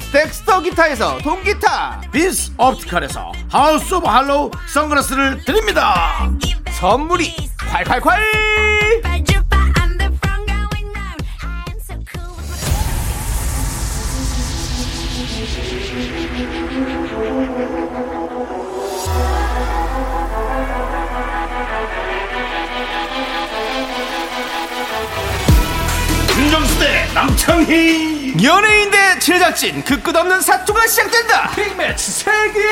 [SPEAKER 2] 덱스터 기타에서 동기타
[SPEAKER 1] 비스 옵티컬에서 하우스 오브 할로우 선글라스를 드립니다
[SPEAKER 2] 선물이 콸콸콸
[SPEAKER 5] I'm the front going round. I am so cool with my
[SPEAKER 1] 윤정수 대 남창희
[SPEAKER 2] 연예인 대 제작진 그 끝없는 사투가 시작된다 빅매치 세계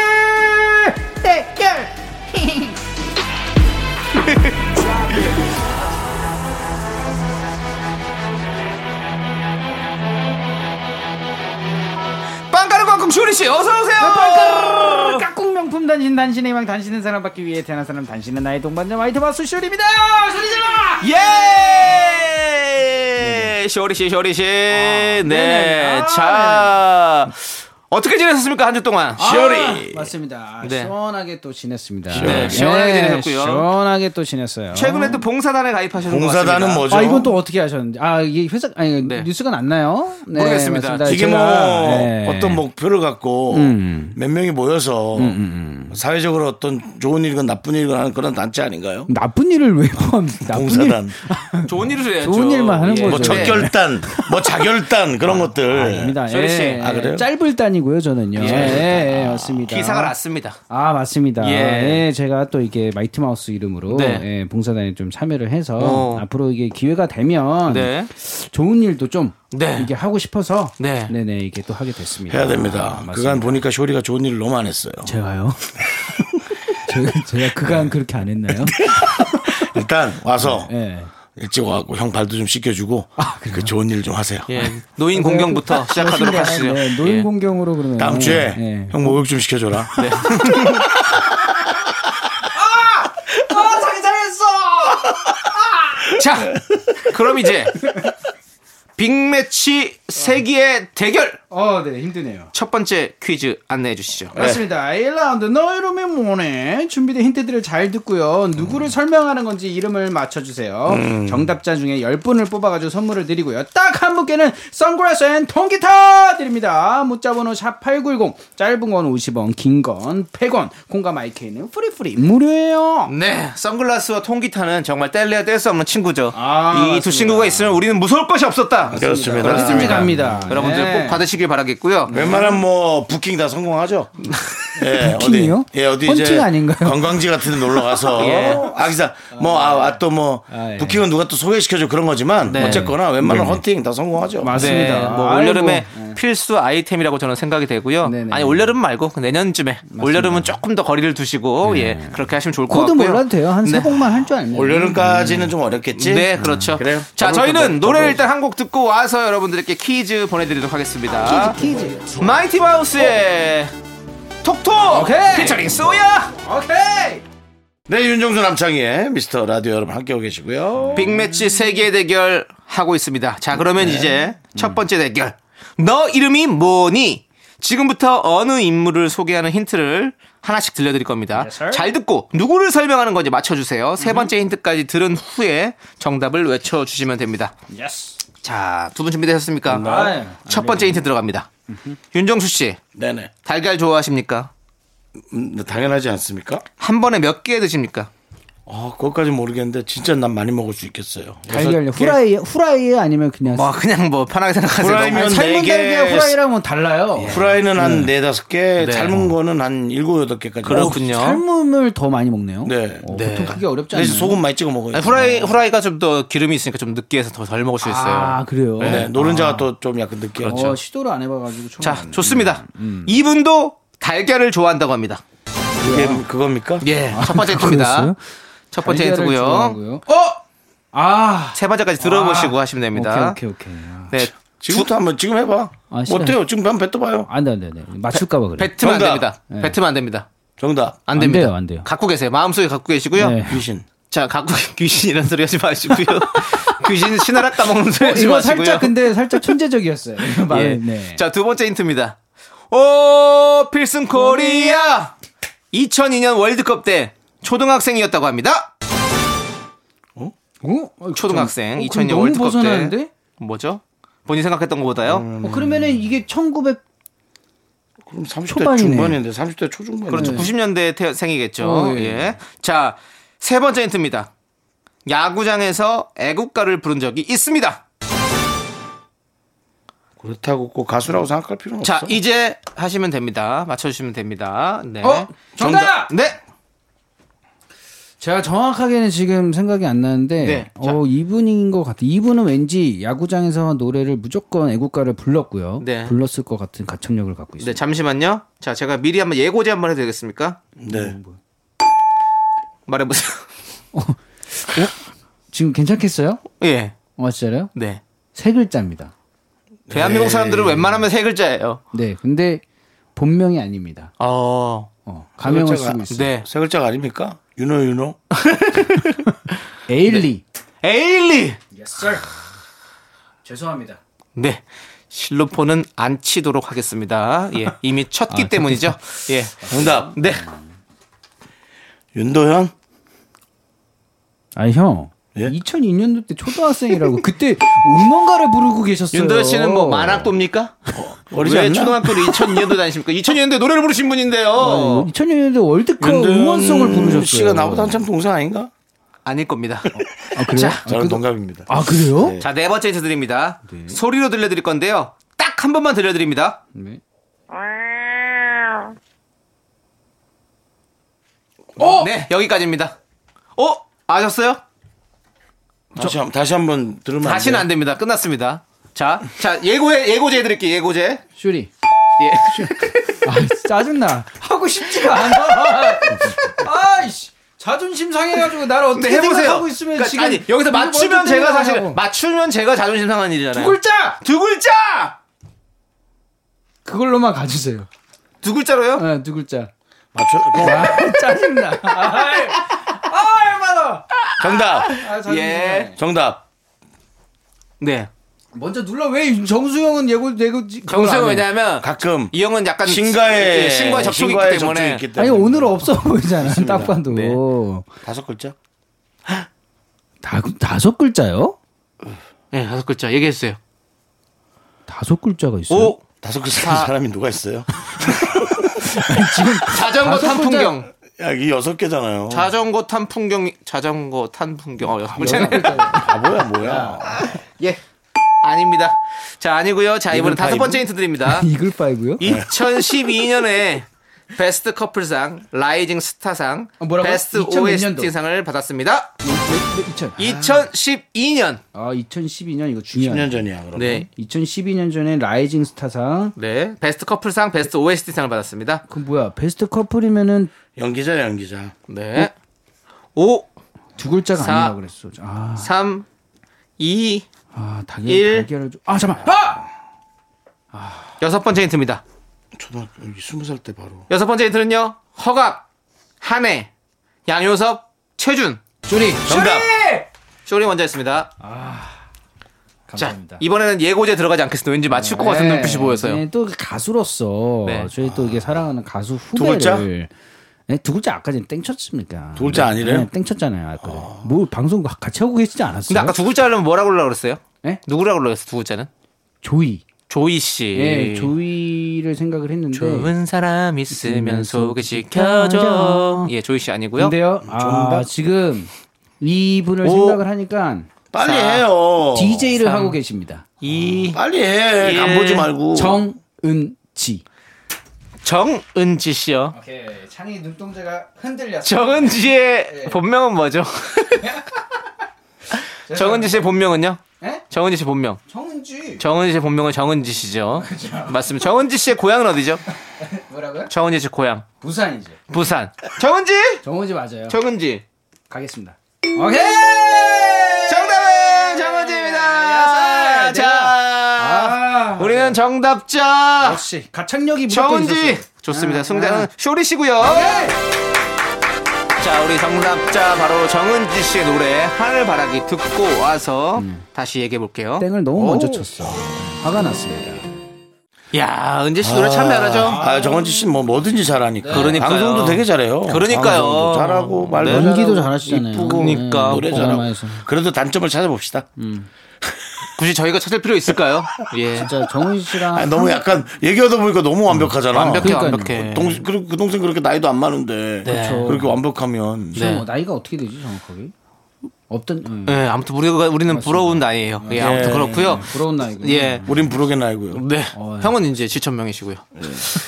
[SPEAKER 2] 대결 *laughs* 빵가루 광콩 쇼리씨 네, 어서오세요
[SPEAKER 6] 아, 깍꿍 명품 단신 단신의 왕 단신은 사랑받기 위해 태어난 사람 단신은 나의 동반자 와이트 마스 슈리입니다 슈리잖아
[SPEAKER 2] 예 쇼리씨 쇼리씨 네,
[SPEAKER 6] 네네. 아,
[SPEAKER 2] 네자 아, 어떻게 지내셨습니까 한 주 동안
[SPEAKER 1] 쇼리
[SPEAKER 6] 아, 맞습니다
[SPEAKER 2] 네.
[SPEAKER 6] 시원하게 또 지냈습니다
[SPEAKER 2] 네, 시원하게 지내셨고요.
[SPEAKER 6] 시원하게 또 지냈어요
[SPEAKER 2] 최근에 또 봉사단에 가입하셨는 것 같습니다.
[SPEAKER 1] 공사단은 뭐죠?
[SPEAKER 6] 아 이건 또 어떻게 하셨는지 아 이게 회사 아니
[SPEAKER 2] 네.
[SPEAKER 6] 뉴스가 났나요? 네,
[SPEAKER 2] 모르겠습니다.
[SPEAKER 6] 맞습니다.
[SPEAKER 1] 이게 뭐
[SPEAKER 6] 제가, 네. 음.
[SPEAKER 1] 어떤 목표를 갖고 몇 명이 모여서 사회적으로 어떤 좋은 일이건 나쁜 일이건 하는 그런 단체 아닌가요?
[SPEAKER 6] 나쁜 일을 왜 포함? 나쁜
[SPEAKER 1] 봉사단,
[SPEAKER 6] 일
[SPEAKER 2] 좋은 일을 해야죠. 예.
[SPEAKER 6] 좋은 일만 하는
[SPEAKER 1] 뭐
[SPEAKER 6] 거죠. 네.
[SPEAKER 1] 적결단, 뭐 자결단 그런 것들.
[SPEAKER 6] 아닙니다.
[SPEAKER 2] 소리 씨.
[SPEAKER 6] 예,
[SPEAKER 1] 아, 그래요?
[SPEAKER 6] 짧을 단이고요 저는요. 예, 예, 예, 맞습니다.
[SPEAKER 2] 기사가 났습니다.
[SPEAKER 6] 아 맞습니다.
[SPEAKER 2] 예.
[SPEAKER 6] 예. 제가 또 이게 마이트 마우스 이름으로
[SPEAKER 2] 네.
[SPEAKER 6] 예, 봉사단에 좀 참여를 해서
[SPEAKER 2] 어.
[SPEAKER 6] 앞으로 이게 기회가 되면
[SPEAKER 2] 네.
[SPEAKER 6] 좋은 일도 좀
[SPEAKER 2] 네.
[SPEAKER 6] 이게 하고 싶어서
[SPEAKER 2] 네.
[SPEAKER 6] 네. 네네 이게 또 하게 됐습니다.
[SPEAKER 1] 해야 됩니다.
[SPEAKER 6] 아,
[SPEAKER 1] 그간 보니까 쇼리가 좋은 일을 너무 안
[SPEAKER 6] *laughs*
[SPEAKER 1] 했어요.
[SPEAKER 6] 제가요. 제가, 제가
[SPEAKER 2] 네.
[SPEAKER 6] 그간 그렇게
[SPEAKER 2] *laughs*
[SPEAKER 6] 안 했나요?
[SPEAKER 1] 일단 와서
[SPEAKER 6] 예.
[SPEAKER 1] 일찍 와갖고 형 발도 좀 씻겨주고
[SPEAKER 6] 아,
[SPEAKER 1] 그 좋은 일 좀 하세요.
[SPEAKER 2] 예. 노인 공경부터 시작하도록 하시죠.
[SPEAKER 6] 그렇습니다. 네, 노인
[SPEAKER 2] 예.
[SPEAKER 6] 공경으로 그러면
[SPEAKER 1] 다음 주에
[SPEAKER 6] 예.
[SPEAKER 1] 형 목욕 좀 시켜줘라.
[SPEAKER 2] 자, 그럼
[SPEAKER 6] *laughs*
[SPEAKER 2] 이제 빅매치 세기의 대결
[SPEAKER 6] 어, 네 힘드네요.
[SPEAKER 2] 첫 번째 퀴즈 안내해 주시죠.
[SPEAKER 6] 맞습니다. 네. 1라운드 너 이름이 뭐네? 준비된 힌트들을 잘 듣고요. 누구를 설명하는 건지 이름을 맞춰주세요. 정답자 중에 10분을 뽑아가지고 선물을 드리고요. 딱 한 분께는 선글라스 앤 통기타 드립니다. 문자번호 샵8910 짧은 건 50원 긴 건 100원 콩과 마이크는 프리프리 무료예요.
[SPEAKER 2] 네, 선글라스와 통기타는 정말 뗄래야 뗄 수 없는 친구죠.
[SPEAKER 6] 아,
[SPEAKER 2] 이 두
[SPEAKER 6] 맞습니다.
[SPEAKER 2] 친구가 있으면 우리는 무서울 것이 없었다.
[SPEAKER 1] 그렇습니다.
[SPEAKER 6] 그렇습니다. 갑니다.
[SPEAKER 2] 여러분들
[SPEAKER 6] 네.
[SPEAKER 2] 꼭 받으시길 바라겠고요.
[SPEAKER 1] 웬만하면 뭐 부킹 다
[SPEAKER 6] *laughs*
[SPEAKER 1] 성공하죠. 예,
[SPEAKER 6] 부킹이요?
[SPEAKER 1] 어디, 예, 어디 이제
[SPEAKER 6] 헌팅 아닌가요?
[SPEAKER 1] 관광지 같은 데 놀러
[SPEAKER 6] *laughs*
[SPEAKER 1] 가서
[SPEAKER 2] 예.
[SPEAKER 1] 아기사 뭐아또뭐
[SPEAKER 6] 아, 예.
[SPEAKER 1] 부킹은 누가 또 소개시켜줘 그런 거지만
[SPEAKER 2] 네.
[SPEAKER 1] 어쨌거나 웬만한 헌팅 다 성공하죠.
[SPEAKER 6] 맞습니다.
[SPEAKER 2] 네, 뭐
[SPEAKER 6] 아이고.
[SPEAKER 2] 올여름에 필수 아이템이라고 저는 생각이 되고요.
[SPEAKER 6] 네네.
[SPEAKER 2] 아니 올여름 말고 그 내년쯤에 올여름은 조금 더 거리를 두시고 예 그렇게 하시면 좋을 것
[SPEAKER 6] 네. 코드
[SPEAKER 2] 같고요.
[SPEAKER 6] 몰라도 돼요. 한 세
[SPEAKER 2] 네.
[SPEAKER 6] 곡만 할 줄 알면.
[SPEAKER 1] 올여름까지는 좀 어렵겠지.
[SPEAKER 2] 네, 그렇죠.
[SPEAKER 1] 아, 그래요.
[SPEAKER 2] 자,
[SPEAKER 1] 더블
[SPEAKER 2] 저희는
[SPEAKER 1] 더블
[SPEAKER 2] 노래를 일단 한 곡 듣고 와서 여러분들께 퀴즈 보내드리도록 하겠습니다.
[SPEAKER 6] 퀴즈, 퀴즈.
[SPEAKER 2] 마이티 마우스의 톡톡
[SPEAKER 6] 오케이.
[SPEAKER 2] 피처링 쏘야
[SPEAKER 6] 오케이.
[SPEAKER 1] 네, 윤정수 남창희의 미스터 라디오 여러분 함께하고 계시고요.
[SPEAKER 2] 빅매치 세계 대결 하고 있습니다. 자, 그러면 이제 첫 번째 대결. 너 이름이 뭐니? 지금부터 어느 인물을 소개하는 힌트를 하나씩 들려드릴 겁니다. 잘 듣고 누구를 설명하는 건지 맞춰주세요. 세 번째 힌트까지 들은 후에 정답을 외쳐주시면 됩니다. 자, 두 분 준비되셨습니까?
[SPEAKER 6] 네.
[SPEAKER 2] 첫 번째 힌트 들어갑니다. 윤정수 씨,
[SPEAKER 1] 네네.
[SPEAKER 2] 달걀 좋아하십니까?
[SPEAKER 1] 음, 당연하지 않습니까?
[SPEAKER 2] 한 번에 몇 개 드십니까?
[SPEAKER 1] 아, 그것까지 모르겠는데 진짜 난 많이 먹을 수 있겠어요.
[SPEAKER 6] 달걀 후라이 후라이 아니면 그냥
[SPEAKER 2] 뭐 그냥 뭐 편하게 생각하세요.
[SPEAKER 1] 후라이면
[SPEAKER 2] 너무-
[SPEAKER 6] 삶은
[SPEAKER 1] 네 개,
[SPEAKER 6] 달걀 후라이랑 은 달라요.
[SPEAKER 1] 프라이는 한 네 다섯 개, 삶은 거는 한 일곱 여덟 개까지.
[SPEAKER 2] 그렇군요.
[SPEAKER 6] 삶음을 더 많이 먹네요.
[SPEAKER 1] 네.
[SPEAKER 6] 어, 보통 그게 어렵지 않나요?
[SPEAKER 1] 대신 소금 많이 찍어 먹어요.
[SPEAKER 2] 아니, 후라이 후라이가 좀 더 기름이 있으니까 좀 느끼해서 더 덜 먹을 수 있어요.
[SPEAKER 6] 아 그래요.
[SPEAKER 1] 네,
[SPEAKER 2] 아.
[SPEAKER 1] 노른자가 또 좀 약간 느끼해.
[SPEAKER 6] 어,
[SPEAKER 2] 그렇죠.
[SPEAKER 1] 요
[SPEAKER 6] 시도를 안 해봐가지고 처음
[SPEAKER 2] 자,
[SPEAKER 6] 알았네.
[SPEAKER 2] 좋습니다. 이분도 달걀을 좋아한다고 합니다.
[SPEAKER 1] 그게
[SPEAKER 2] 네.
[SPEAKER 1] 그겁니까?
[SPEAKER 2] 예, 첫 번째 힌트입니다.
[SPEAKER 6] 아, 그랬어요?
[SPEAKER 2] 첫 번째
[SPEAKER 6] 달걀을
[SPEAKER 2] 힌트고요.
[SPEAKER 6] 좋아하고요.
[SPEAKER 2] 어,
[SPEAKER 6] 아
[SPEAKER 2] 세 번째까지 들어보시고 하시면 됩니다.
[SPEAKER 6] 오케이 오케이 오케이. 아.
[SPEAKER 2] 네,
[SPEAKER 1] 지금부터 한번 지금 해봐.
[SPEAKER 6] 아, 싫어요.
[SPEAKER 1] 어때요? 지금 한번 뱉어봐요.
[SPEAKER 6] 안돼 안돼 안돼 맞출까봐 그래.
[SPEAKER 2] 배트면 안
[SPEAKER 1] 정답.
[SPEAKER 2] 됩니다. 배트면 안 됩니다.
[SPEAKER 1] 정답.
[SPEAKER 2] 안
[SPEAKER 6] 네. 안
[SPEAKER 2] 됩니다.
[SPEAKER 6] 돼요, 안 돼요.
[SPEAKER 2] 갖고 계세요. 마음속에 갖고 계시고요.
[SPEAKER 6] 네.
[SPEAKER 1] 귀신.
[SPEAKER 2] 자, 갖고 *laughs* 귀신 이런 소리 하지 마시고요. *laughs* 귀신 신하락 까먹는 소리 하지
[SPEAKER 6] 어, 이거
[SPEAKER 2] 마시고요.
[SPEAKER 6] 살짝 근데 살짝
[SPEAKER 2] *laughs*
[SPEAKER 6] 천재적이었어요. 이거 말은,
[SPEAKER 2] 예.
[SPEAKER 6] 네.
[SPEAKER 2] 자, 두 번째 힌트입니다. 오, 필승 코리아! 2002년 월드컵 때 초등학생이었다고 합니다.
[SPEAKER 6] 어?
[SPEAKER 2] 초등학생
[SPEAKER 6] 어,
[SPEAKER 2] 2000년
[SPEAKER 6] 너무
[SPEAKER 2] 월드컵
[SPEAKER 6] 벗어나는데?
[SPEAKER 2] 때 뭐죠? 본인 생각했던 것보다요.
[SPEAKER 6] 어, 그러면은 이게 1900
[SPEAKER 1] 그럼 30대
[SPEAKER 6] 초반이네.
[SPEAKER 1] 중반인데 30대 초중반.
[SPEAKER 2] 그렇죠.
[SPEAKER 1] 네.
[SPEAKER 2] 90년대 태생이겠죠.
[SPEAKER 6] 어,
[SPEAKER 2] 예.
[SPEAKER 6] 예.
[SPEAKER 2] 자, 세 번째 힌트입니다. 야구장에서 애국가를 부른 적이 있습니다.
[SPEAKER 1] 그렇다고 꼭 가수라고 생각할 필요는
[SPEAKER 2] 자,
[SPEAKER 1] 없어.
[SPEAKER 2] 이제 하시면 됩니다. 맞춰주시면 됩니다. 네.
[SPEAKER 6] 어? 정답!
[SPEAKER 2] 네.
[SPEAKER 6] 제가 정확하게는 지금 생각이 안 나는데
[SPEAKER 2] 네, 자.
[SPEAKER 6] 어 이분인 것 같아. 이분은 왠지 야구장에서 노래를 무조건 애국가를 불렀고요.
[SPEAKER 2] 네.
[SPEAKER 6] 불렀을 것 같은 가창력을 갖고 있어요.
[SPEAKER 2] 네, 잠시만요. 자, 제가 미리 한번 예고제 한번 해도 되겠습니까? 음, 뭐.
[SPEAKER 1] 네.
[SPEAKER 2] 말해보세요. *laughs*
[SPEAKER 6] 지금 괜찮겠어요?
[SPEAKER 2] 예.
[SPEAKER 6] 어 진짜요?
[SPEAKER 2] 네.
[SPEAKER 6] 세 글자입니다.
[SPEAKER 2] 대한민국 사람들은 웬만하면 세 글자예요.
[SPEAKER 6] 네, 근데 본명이 아닙니다.
[SPEAKER 2] 어.
[SPEAKER 6] 어, 가명을
[SPEAKER 1] 글자가-
[SPEAKER 6] 쓰고 있어요.
[SPEAKER 2] 네.
[SPEAKER 1] 세 글자가 아닙니까? 유노 유노.
[SPEAKER 6] 에일리.
[SPEAKER 2] 에일리!
[SPEAKER 6] 죄송합니다.
[SPEAKER 2] 네. 실로폰은 안 치도록 하겠습니다. 예. 이미 쳤기 때문이죠. 예. 정답. 네.
[SPEAKER 1] 윤도현.
[SPEAKER 6] 아니 형.
[SPEAKER 1] 예?
[SPEAKER 6] 2002년도 때 초등학생이라고 그때 응원가를 부르고 계셨어요.
[SPEAKER 2] 윤도현 씨는 뭐 만학도입니까?
[SPEAKER 1] 어리지
[SPEAKER 2] 왜
[SPEAKER 1] 않나?
[SPEAKER 2] 초등학교를 2002년도 다니십니까? 2002년도 노래를 부르신
[SPEAKER 6] 어,
[SPEAKER 2] 분인데요.
[SPEAKER 6] 2000년대 월드컵 응원송을
[SPEAKER 2] 음,
[SPEAKER 6] 부르셨어요.
[SPEAKER 1] 음, 씨가 나보다 한참 동생 아닌가?
[SPEAKER 2] 아닐 겁니다.
[SPEAKER 6] 아 그래요?
[SPEAKER 1] 저는 동갑입니다.
[SPEAKER 6] 아 그래요?
[SPEAKER 2] 자, 네 번째 힌트 드립니다. 소리로 들려드릴 건데요. 딱 한 번만 들려드립니다.
[SPEAKER 6] 네.
[SPEAKER 2] 네, 여기까지입니다. 어? 아셨어요?
[SPEAKER 1] 다시 한, 다시 한번 들으면 안
[SPEAKER 2] 다시는
[SPEAKER 1] 돼요?
[SPEAKER 2] 안 됩니다. 끝났습니다. 자, 자, 예고해, 예고제 해드릴게요, 예고제.
[SPEAKER 6] *laughs* 슈리.
[SPEAKER 2] 예.
[SPEAKER 6] 아 짜증나. 하고 싶지가 않아. *laughs* 아이씨. 자존심 상해가지고 나를 어떻게
[SPEAKER 2] 근데 해보세요.
[SPEAKER 6] 생각하고 있으면
[SPEAKER 2] 그러니까
[SPEAKER 6] 지금
[SPEAKER 2] 아니, 여기서
[SPEAKER 6] 누구
[SPEAKER 2] 맞추면
[SPEAKER 6] 먼저
[SPEAKER 2] 제가
[SPEAKER 6] 때리려고
[SPEAKER 2] 사실
[SPEAKER 6] 하고.
[SPEAKER 2] 맞추면 제가 자존심 상한 일이잖아요.
[SPEAKER 6] 두 글자
[SPEAKER 2] 두 글자!
[SPEAKER 6] 그걸로만 가주세요.
[SPEAKER 2] 두 글자로요?
[SPEAKER 6] 아, 두 글자. *laughs*
[SPEAKER 1] 맞춰. 그럼
[SPEAKER 6] 아, 짜증나. 아이, 아 얼마나.
[SPEAKER 1] 정답.
[SPEAKER 6] 아, 자존심
[SPEAKER 2] 예.
[SPEAKER 6] 상해.
[SPEAKER 1] 정답.
[SPEAKER 2] 네.
[SPEAKER 6] 먼저 눌러 왜 정수영은 예고 예고 지- 그걸
[SPEAKER 2] 정수영
[SPEAKER 6] 안 해?
[SPEAKER 2] 왜냐하면
[SPEAKER 1] 가끔
[SPEAKER 2] 이 형은
[SPEAKER 1] 아,
[SPEAKER 2] 약간
[SPEAKER 1] 네. 신가에
[SPEAKER 2] 예, 신과 접촉이
[SPEAKER 1] 신과의
[SPEAKER 2] 있기 때문에
[SPEAKER 1] 접촉이 있기 때문에.
[SPEAKER 6] 아니 오늘 없어 보이잖아. 딱 봐도.
[SPEAKER 2] 네.
[SPEAKER 1] 다섯 글자.
[SPEAKER 6] 다, 다섯 글자요?
[SPEAKER 2] 네 다섯 글자 얘기해 주세요.
[SPEAKER 6] 다섯 글자가 있어요.
[SPEAKER 2] 오
[SPEAKER 1] 다섯 글자
[SPEAKER 2] 다-
[SPEAKER 1] 사람이 누가 있어요?
[SPEAKER 2] 자전거
[SPEAKER 6] 다섯
[SPEAKER 2] 탄
[SPEAKER 6] 글자-
[SPEAKER 2] 풍경
[SPEAKER 1] 야, 이 여섯 개잖아요.
[SPEAKER 2] 자전거 탄 풍경 자전거 탄
[SPEAKER 1] 아,
[SPEAKER 2] 풍경 어 여섯
[SPEAKER 6] 여섯
[SPEAKER 2] 글자네.
[SPEAKER 6] 글자예요.
[SPEAKER 1] 바보야, 아, 뭐야.
[SPEAKER 2] *laughs* 예 아닙니다. 자 아니고요. 자 이번에 다섯
[SPEAKER 1] 파이브?
[SPEAKER 2] 번째 힌트 드립니다.
[SPEAKER 6] 이글 파이고요.
[SPEAKER 2] 2012년에 베스트 커플상, 라이징 스타상,
[SPEAKER 6] 어, 뭐라고요?
[SPEAKER 2] 베스트
[SPEAKER 6] 2000 몇 년도?
[SPEAKER 2] OST상을 받았습니다.
[SPEAKER 6] 2000.
[SPEAKER 2] 2012년.
[SPEAKER 6] 아 2012년 이거
[SPEAKER 1] 10년
[SPEAKER 6] 중요한.
[SPEAKER 1] 전이야, 그럼.
[SPEAKER 2] 네.
[SPEAKER 6] 2012년 전에 라이징 스타상.
[SPEAKER 2] 네. 베스트 커플상, 베스트 OST상을 받았습니다.
[SPEAKER 6] 그 뭐야 베스트 커플이면은
[SPEAKER 1] 연기자, 연기자.
[SPEAKER 2] 네. 5,
[SPEAKER 6] 두 글자가
[SPEAKER 2] 사.
[SPEAKER 6] 아니라 그랬어. 아,
[SPEAKER 2] 3, 2,
[SPEAKER 6] 아 달걀
[SPEAKER 2] 일.
[SPEAKER 6] 달걀을 좀- 아 잠깐. 아!
[SPEAKER 2] 여섯 번째 힌트입니다.
[SPEAKER 1] 초등학교 여기 스무 살 때 바로.
[SPEAKER 2] 여섯 번째 힌트는요. 허각, 한혜, 양효섭, 최준.
[SPEAKER 6] 조리.
[SPEAKER 2] 정답. 쇼리 먼저 했습니다.
[SPEAKER 6] 아, 감사합니다.
[SPEAKER 2] 자, 이번에는 예고제 들어가지 않겠습니다. 왠지 맞출 것 같은
[SPEAKER 6] 네,
[SPEAKER 2] 눈빛이 보여서요.
[SPEAKER 6] 네, 또 가수로서
[SPEAKER 2] 네.
[SPEAKER 6] 저희 또 이게 사랑하는 가수
[SPEAKER 1] 두 글자?
[SPEAKER 6] 후배를 네, 두 글자 아까 전에 땡쳤습니까? 네.
[SPEAKER 1] 두 글자 아니래요?
[SPEAKER 6] 땡쳤잖아요. 아까 전에. 뭐 방송 같이 하고 계시지 않았어요?
[SPEAKER 2] 근데 아까 두 글자 하려면 뭐라고 하려고 그랬어요?
[SPEAKER 6] 예?
[SPEAKER 2] 누구라고 그랬어요? 두 글자는?
[SPEAKER 6] 조이.
[SPEAKER 2] 조이 씨.
[SPEAKER 6] 예, 조이를 생각을 했는데
[SPEAKER 2] 좋은 사람 있으면 소개시켜줘. 예, 조이 씨 아니고요.
[SPEAKER 6] 근데요. 아, 지금 이분을
[SPEAKER 2] 오. 어,
[SPEAKER 6] 생각을 하니까
[SPEAKER 1] 빨리 해요.
[SPEAKER 6] DJ를
[SPEAKER 2] 삼.
[SPEAKER 6] 하고 계십니다.
[SPEAKER 2] 이
[SPEAKER 1] 빨리 해.
[SPEAKER 2] 예.
[SPEAKER 1] 간 보지 말고.
[SPEAKER 6] 정은지.
[SPEAKER 2] 정은지 씨요.
[SPEAKER 6] 오케이. 창이 눈동자가 흔들렸어. 예.
[SPEAKER 2] 정은지의 본명은 뭐죠? 정은지 씨의 본명은요?
[SPEAKER 6] 예?
[SPEAKER 2] 정은지 씨 본명.
[SPEAKER 6] 정은지.
[SPEAKER 2] 정은지 씨의 본명은 정은지 씨죠. 맞습니다. 정은지 씨의 고향은 어디죠?
[SPEAKER 6] 뭐라고요?
[SPEAKER 2] 정은지 씨 고향.
[SPEAKER 6] 부산이죠.
[SPEAKER 2] 부산. 정은지!
[SPEAKER 6] 정은지 맞아요.
[SPEAKER 2] 정은지.
[SPEAKER 6] 가겠습니다. 오케이.
[SPEAKER 2] 정답은 정은지입니다.
[SPEAKER 6] 야,
[SPEAKER 2] 자,
[SPEAKER 6] 아,
[SPEAKER 2] 우리는 정답자.
[SPEAKER 6] 역시 가창력이 무조건
[SPEAKER 2] 정은지
[SPEAKER 6] 있었어요.
[SPEAKER 2] 좋습니다.
[SPEAKER 6] 아,
[SPEAKER 2] 승자는
[SPEAKER 6] 아.
[SPEAKER 2] 쇼리시고요. 네. 자, 우리 정답자 바로 정은지 씨의 노래 하늘바라기 음. 듣고 와서 다시 얘기해 볼게요.
[SPEAKER 6] 땡을 너무 먼저 쳤어. 화가 났습니다.
[SPEAKER 2] 야, 은재 씨 노래 참 잘하죠?
[SPEAKER 1] 아, 정원지 씨는 뭐 뭐든지 잘하니까.
[SPEAKER 2] 그러니까요.
[SPEAKER 1] 방송도 되게 잘해요.
[SPEAKER 2] 그러니까요.
[SPEAKER 1] 방송도 잘하고 말도
[SPEAKER 2] 네.
[SPEAKER 1] 잘하고
[SPEAKER 6] 연기도 잘하시잖아요. 네,
[SPEAKER 1] 이쁘고
[SPEAKER 2] 그러니까.
[SPEAKER 1] 노래 잘하고.
[SPEAKER 6] 드라마에서.
[SPEAKER 1] 그래도 단점을 찾아봅시다.
[SPEAKER 2] 음. 굳이 저희가 찾을 필요 있을까요? 예.
[SPEAKER 6] 진짜 정훈 씨랑
[SPEAKER 1] 아, 너무 약간 얘기하다 보니까 너무 완벽하잖아.
[SPEAKER 2] 음. 완벽해, 네.
[SPEAKER 6] 그러니까요.
[SPEAKER 2] 완벽해.
[SPEAKER 1] 동, 그, 그 동생 그렇게 나이도 안 많은데
[SPEAKER 2] 그렇죠.
[SPEAKER 1] 그렇게 완벽하면
[SPEAKER 2] 네.
[SPEAKER 6] 지금 뭐 나이가 어떻게 되지 정확하게? 없던 음,
[SPEAKER 2] 예, 아무튼 우리가 우리는 부러운 나이예요. 예, 아무튼 그렇고요.
[SPEAKER 6] 네, 부러운 나이고.
[SPEAKER 2] 예.
[SPEAKER 1] 우린 부르게 나이고요. 어, 예.
[SPEAKER 2] 네. 형은 이제 7천 명이시고요.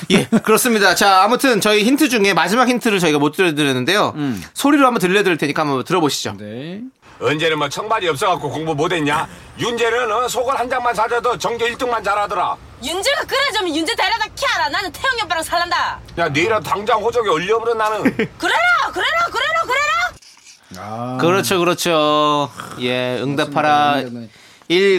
[SPEAKER 2] 예, 그렇습니다. 자, 아무튼 저희 힌트 중에 마지막 힌트를 저희가 못 들려드렸는데요.
[SPEAKER 1] 음.
[SPEAKER 2] 소리로 한번 들려드릴 테니까 한번 들어보시죠.
[SPEAKER 6] 네.
[SPEAKER 7] 은재는 뭐 청발이 없어갖고 공부 못했냐? 윤재는 어, 속을 한 장만 사줘도 전교 1등만 잘하더라.
[SPEAKER 8] 윤재가 그래 좀 윤재 데려다 키아라 나는 태영이 오빠랑 살란다
[SPEAKER 7] 야, 내일이라도 당장 호적에 올려버려 나는.
[SPEAKER 8] *laughs* 그래라 그래라 그래라 그래라
[SPEAKER 2] 그렇죠, 그렇죠. 예, 응답하라.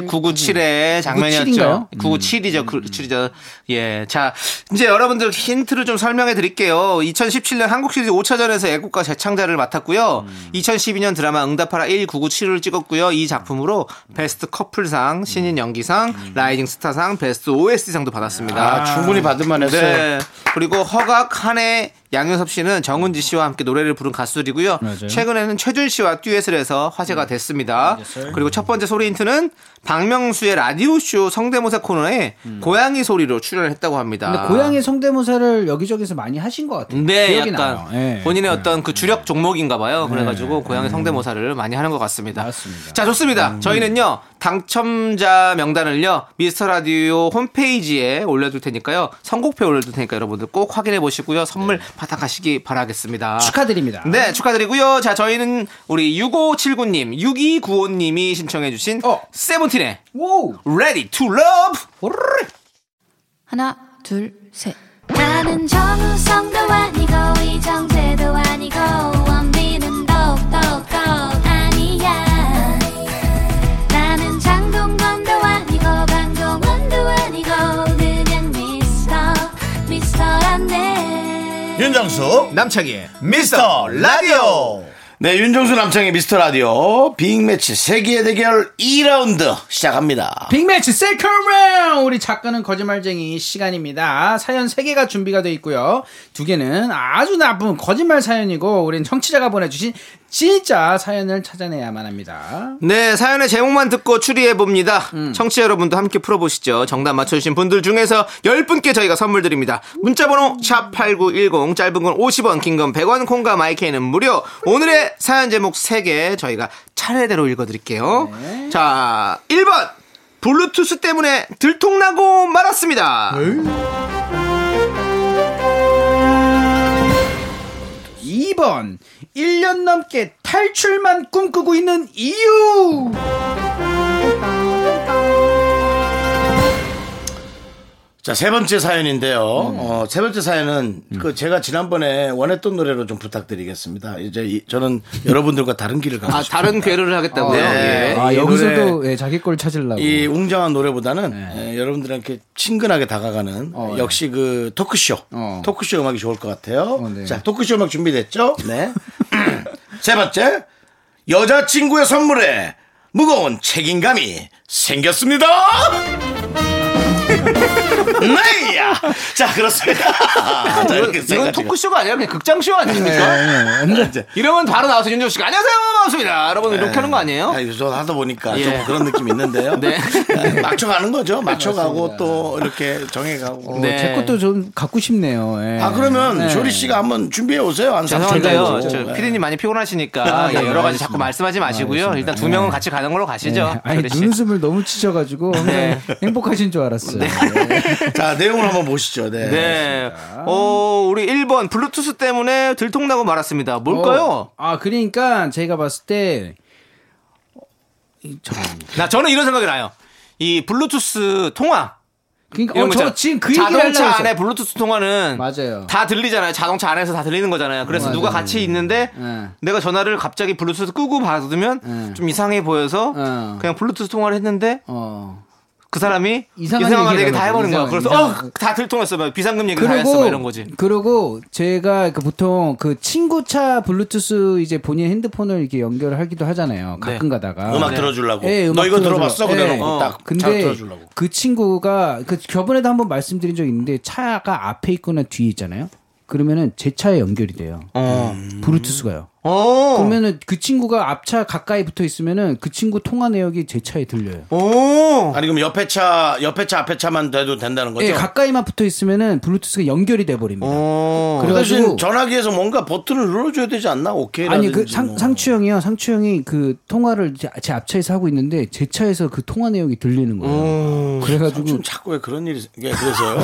[SPEAKER 2] 1997의 장면이었죠.
[SPEAKER 6] 997인가요?
[SPEAKER 1] 음.
[SPEAKER 2] 997이죠. 997이죠. 예. 자, 이제 여러분들 힌트를 좀 설명해 드릴게요. 2017년 한국 시리즈 5차전에서 애국가 재창자를 맡았고요.
[SPEAKER 1] 음.
[SPEAKER 2] 2012년 드라마 응답하라 1997을 찍었고요. 이 작품으로 베스트 커플상, 신인 연기상, 라이징 스타상, 베스트 OST상도 받았습니다.
[SPEAKER 1] 음. 아, 충분히 받을만 했어요.
[SPEAKER 2] 네. 그리고 허각, 한혜, 양효섭 씨는 정은지 씨와 함께 노래를 부른 가수들이고요.
[SPEAKER 6] 맞아요.
[SPEAKER 2] 최근에는 최준 씨와 듀엣을 해서
[SPEAKER 6] 네.
[SPEAKER 2] 화제가 됐습니다. 그리고 첫 번째 소리 힌트는 박명수의 라디오쇼 성대모사 코너에 고양이 소리로 출연을 했다고 합니다.
[SPEAKER 6] 음. 근데 고양이 성대모사를 여기저기서 많이 하신 것 같아요.
[SPEAKER 2] 네,
[SPEAKER 6] 기억이
[SPEAKER 2] 약간
[SPEAKER 6] 나요. 예. 음.
[SPEAKER 2] 본인의 어떤 그 주력 종목인가 봐요. 그래가지고 고양이 성대모사를 많이 하는 것 같습니다.
[SPEAKER 6] 맞습니다. 음.
[SPEAKER 2] 자, 좋습니다. 저희는요 당첨자 명단을요 미스터 라디오 홈페이지에 올려둘 테니까요 선곡표 올려둘 테니까 여러분들 꼭 확인해 보시고요 선물 받아가시기 바라겠습니다.
[SPEAKER 6] 네. 축하드립니다.
[SPEAKER 2] 네, 축하드리고요. 자, 저희는 우리 6579님, 6295님이 신청해주신
[SPEAKER 6] 어.
[SPEAKER 2] 세븐틴의
[SPEAKER 6] 오.
[SPEAKER 2] Ready to Love
[SPEAKER 8] 하나 둘셋
[SPEAKER 5] 나는 정우성도 아니고 이정재도 아니고 원빈은 더욱더 아니야 나는 장동건도 아니고 강동원도 아니고 그냥 미스터 미스터란데
[SPEAKER 1] 윤정수
[SPEAKER 2] 남창희의
[SPEAKER 1] 미스터 라디오. 네, 윤정수 남창의 미스터 라디오 빅매치 세계 대결 2라운드 시작합니다.
[SPEAKER 6] 빅매치 세컨 라운드 우리 작가는 거짓말쟁이 시간입니다. 사연 3개가 준비가 돼 있고요. 2개는 아주 나쁜 거짓말 사연이고 우린 청취자가 보내주신 진짜 사연을 찾아내야만 합니다.
[SPEAKER 2] 네, 사연의 제목만 듣고 추리해봅니다.
[SPEAKER 1] 음.
[SPEAKER 2] 청취자 여러분도 함께 풀어보시죠. 정답 맞춰주신 분들 중에서 10분께 저희가 선물 드립니다. 문자번호 샵8910, 짧은 건 50원, 긴 건 100원, 콩과 마이크는 무료. 오늘의 사연 제목 3개 저희가 차례대로 읽어드릴게요.
[SPEAKER 1] 네.
[SPEAKER 2] 자, 1번! 블루투스 때문에 들통나고 말았습니다.
[SPEAKER 1] 네.
[SPEAKER 6] 2번 1년 넘게 탈출만 꿈꾸고 있는 이유
[SPEAKER 1] 자, 세 번째 사연인데요. 어, 세 번째 사연은 그 제가 지난번에 원했던 노래로 좀 부탁드리겠습니다. 이제 이- 저는 여러분들과 다른 길을 가고
[SPEAKER 2] 아,
[SPEAKER 1] 싶습니다.
[SPEAKER 2] 다른 괴로를 하겠다고요?
[SPEAKER 1] 네.
[SPEAKER 2] 예.
[SPEAKER 6] 아
[SPEAKER 1] 이
[SPEAKER 6] 여기서도 예, 자기 걸 찾으려고
[SPEAKER 1] 이 웅장한 노래보다는 예, 여러분들한테 친근하게 다가가는 역시 그 토크쇼
[SPEAKER 6] 어.
[SPEAKER 1] 토크쇼 음악이 좋을 것 같아요.
[SPEAKER 6] 어, 네.
[SPEAKER 1] 자 토크쇼 음악 준비됐죠? 네. *laughs* 세 번째 여자친구의 선물에 무거운 책임감이 생겼습니다. *laughs* 네야. 자 *laughs* 그렇습니다. 아, 자, 이렇게
[SPEAKER 2] 이건
[SPEAKER 1] 생각해가지고.
[SPEAKER 2] 토크쇼가 아니라 그냥 극장쇼 아닙니까?
[SPEAKER 1] 네, 이제
[SPEAKER 2] 이러면 바로 나와서 윤정 씨가 안녕하세요 반갑습니다 여러분 이렇게 하는 거 아니에요?
[SPEAKER 1] 아, 요즘 하다 보니까
[SPEAKER 2] 예.
[SPEAKER 1] 좀 그런 느낌이 있는데요.
[SPEAKER 2] 네.
[SPEAKER 1] *laughs* 네, 맞춰가는 거죠. 맞춰가고 또 이렇게 정해가고.
[SPEAKER 2] 네.
[SPEAKER 6] 어, 제 것도 좀 갖고 싶네요. 예.
[SPEAKER 1] 아 그러면
[SPEAKER 6] 네.
[SPEAKER 1] 조리 씨가 한번 준비해 오세요. 한 3초
[SPEAKER 2] 죄송한데요
[SPEAKER 1] 정도.
[SPEAKER 2] 저
[SPEAKER 1] 네.
[SPEAKER 2] 피디님 많이
[SPEAKER 6] 아,
[SPEAKER 2] 피곤하시니까 예, 여러 가지 자꾸 말씀하지 마시고요 일단 두 명은 같이 가는 걸로
[SPEAKER 6] 예.
[SPEAKER 2] 가시죠
[SPEAKER 6] 아니
[SPEAKER 2] 조리 씨.
[SPEAKER 6] 눈웃음을 너무 치셔가지고 항상
[SPEAKER 2] 네.
[SPEAKER 6] 행복하신 줄 알았어요.
[SPEAKER 1] 네.
[SPEAKER 6] 예.
[SPEAKER 1] 자 내용을 한번 보시죠. 네.
[SPEAKER 2] 네. 어, 우리 1번 블루투스 때문에 들통나고 말았습니다 뭘까요?
[SPEAKER 6] 어, 아 그러니까 제가 봤을 때 이, 잠깐만요.
[SPEAKER 2] 나 저는 이런 생각이 나요 이 블루투스 통화
[SPEAKER 6] 그러니까
[SPEAKER 2] 이런
[SPEAKER 6] 어,
[SPEAKER 2] 거
[SPEAKER 6] 저
[SPEAKER 2] 있잖아요.
[SPEAKER 6] 지금 그 얘기를 하려고
[SPEAKER 2] 자동차
[SPEAKER 6] 했어요.
[SPEAKER 2] 안에 블루투스 통화는
[SPEAKER 6] 맞아요.
[SPEAKER 2] 다 들리잖아요. 자동차 안에서 다 들리는 거잖아요. 그래서
[SPEAKER 6] 맞아요.
[SPEAKER 2] 누가 같이 있는데
[SPEAKER 6] 예.
[SPEAKER 2] 내가 전화를 갑자기 블루투스 끄고 받으면
[SPEAKER 6] 예.
[SPEAKER 2] 좀 이상해 보여서
[SPEAKER 6] 예.
[SPEAKER 2] 그냥 블루투스 통화를 했는데
[SPEAKER 6] 어.
[SPEAKER 2] 그 사람이
[SPEAKER 6] 이상한
[SPEAKER 2] 이상한 얘기
[SPEAKER 6] 얘기를
[SPEAKER 2] 다 해버린 거야.
[SPEAKER 6] 하거든요.
[SPEAKER 2] 그래서
[SPEAKER 6] 이상한.
[SPEAKER 2] 어다 들통났어, 막 비상금 얘기 다 했어, 막 이런
[SPEAKER 6] 그리고
[SPEAKER 2] 거지.
[SPEAKER 6] 그리고 제가 그 보통 그 친구 차 블루투스 이제 본인 핸드폰을 이렇게 연결하기도 하잖아요.
[SPEAKER 2] 네.
[SPEAKER 6] 가끔 가다가
[SPEAKER 1] 음악 들어주려고.
[SPEAKER 6] 예, 음악
[SPEAKER 1] 너 이거
[SPEAKER 6] 틀어줘라.
[SPEAKER 1] 들어봤어? 그래
[SPEAKER 6] 예.
[SPEAKER 1] 놓고 딱 잘
[SPEAKER 6] 근데
[SPEAKER 1] 들어주려고.
[SPEAKER 6] 그 친구가 그 저번에도 한번 말씀드린 적 있는데 차가 앞에 있거나 뒤에 있잖아요. 그러면은 제 차에 연결이 돼요. 음.
[SPEAKER 2] 어.
[SPEAKER 6] 블루투스가요.
[SPEAKER 2] 어.
[SPEAKER 6] 그러면은 그 친구가 앞차 가까이 붙어 있으면은 그 친구 통화 내역이 제 차에 들려요.
[SPEAKER 2] 오.
[SPEAKER 1] 아니 그럼 옆에 차, 옆에 차 앞에 차만 돼도 된다는 거죠?
[SPEAKER 6] 예, 가까이만 붙어 있으면은 블루투스가 연결이 돼 버립니다.
[SPEAKER 2] 어.
[SPEAKER 1] 그 대신
[SPEAKER 6] 그래가지고
[SPEAKER 1] 전화기에서 뭔가 버튼을 눌러줘야 되지 뭐. 않나? 오케이.
[SPEAKER 6] 아니 그
[SPEAKER 2] 뭐.
[SPEAKER 6] 상, 상추 형이요. 상추 형이 그 통화를 제, 제 앞차에서 하고 있는데 제 차에서 그 통화 내역이 들리는
[SPEAKER 2] 어.
[SPEAKER 6] 거예요. 그래가지고
[SPEAKER 1] 아, 좀 자꾸 왜 그런 일이 예,
[SPEAKER 6] *laughs*
[SPEAKER 1] 그래서요.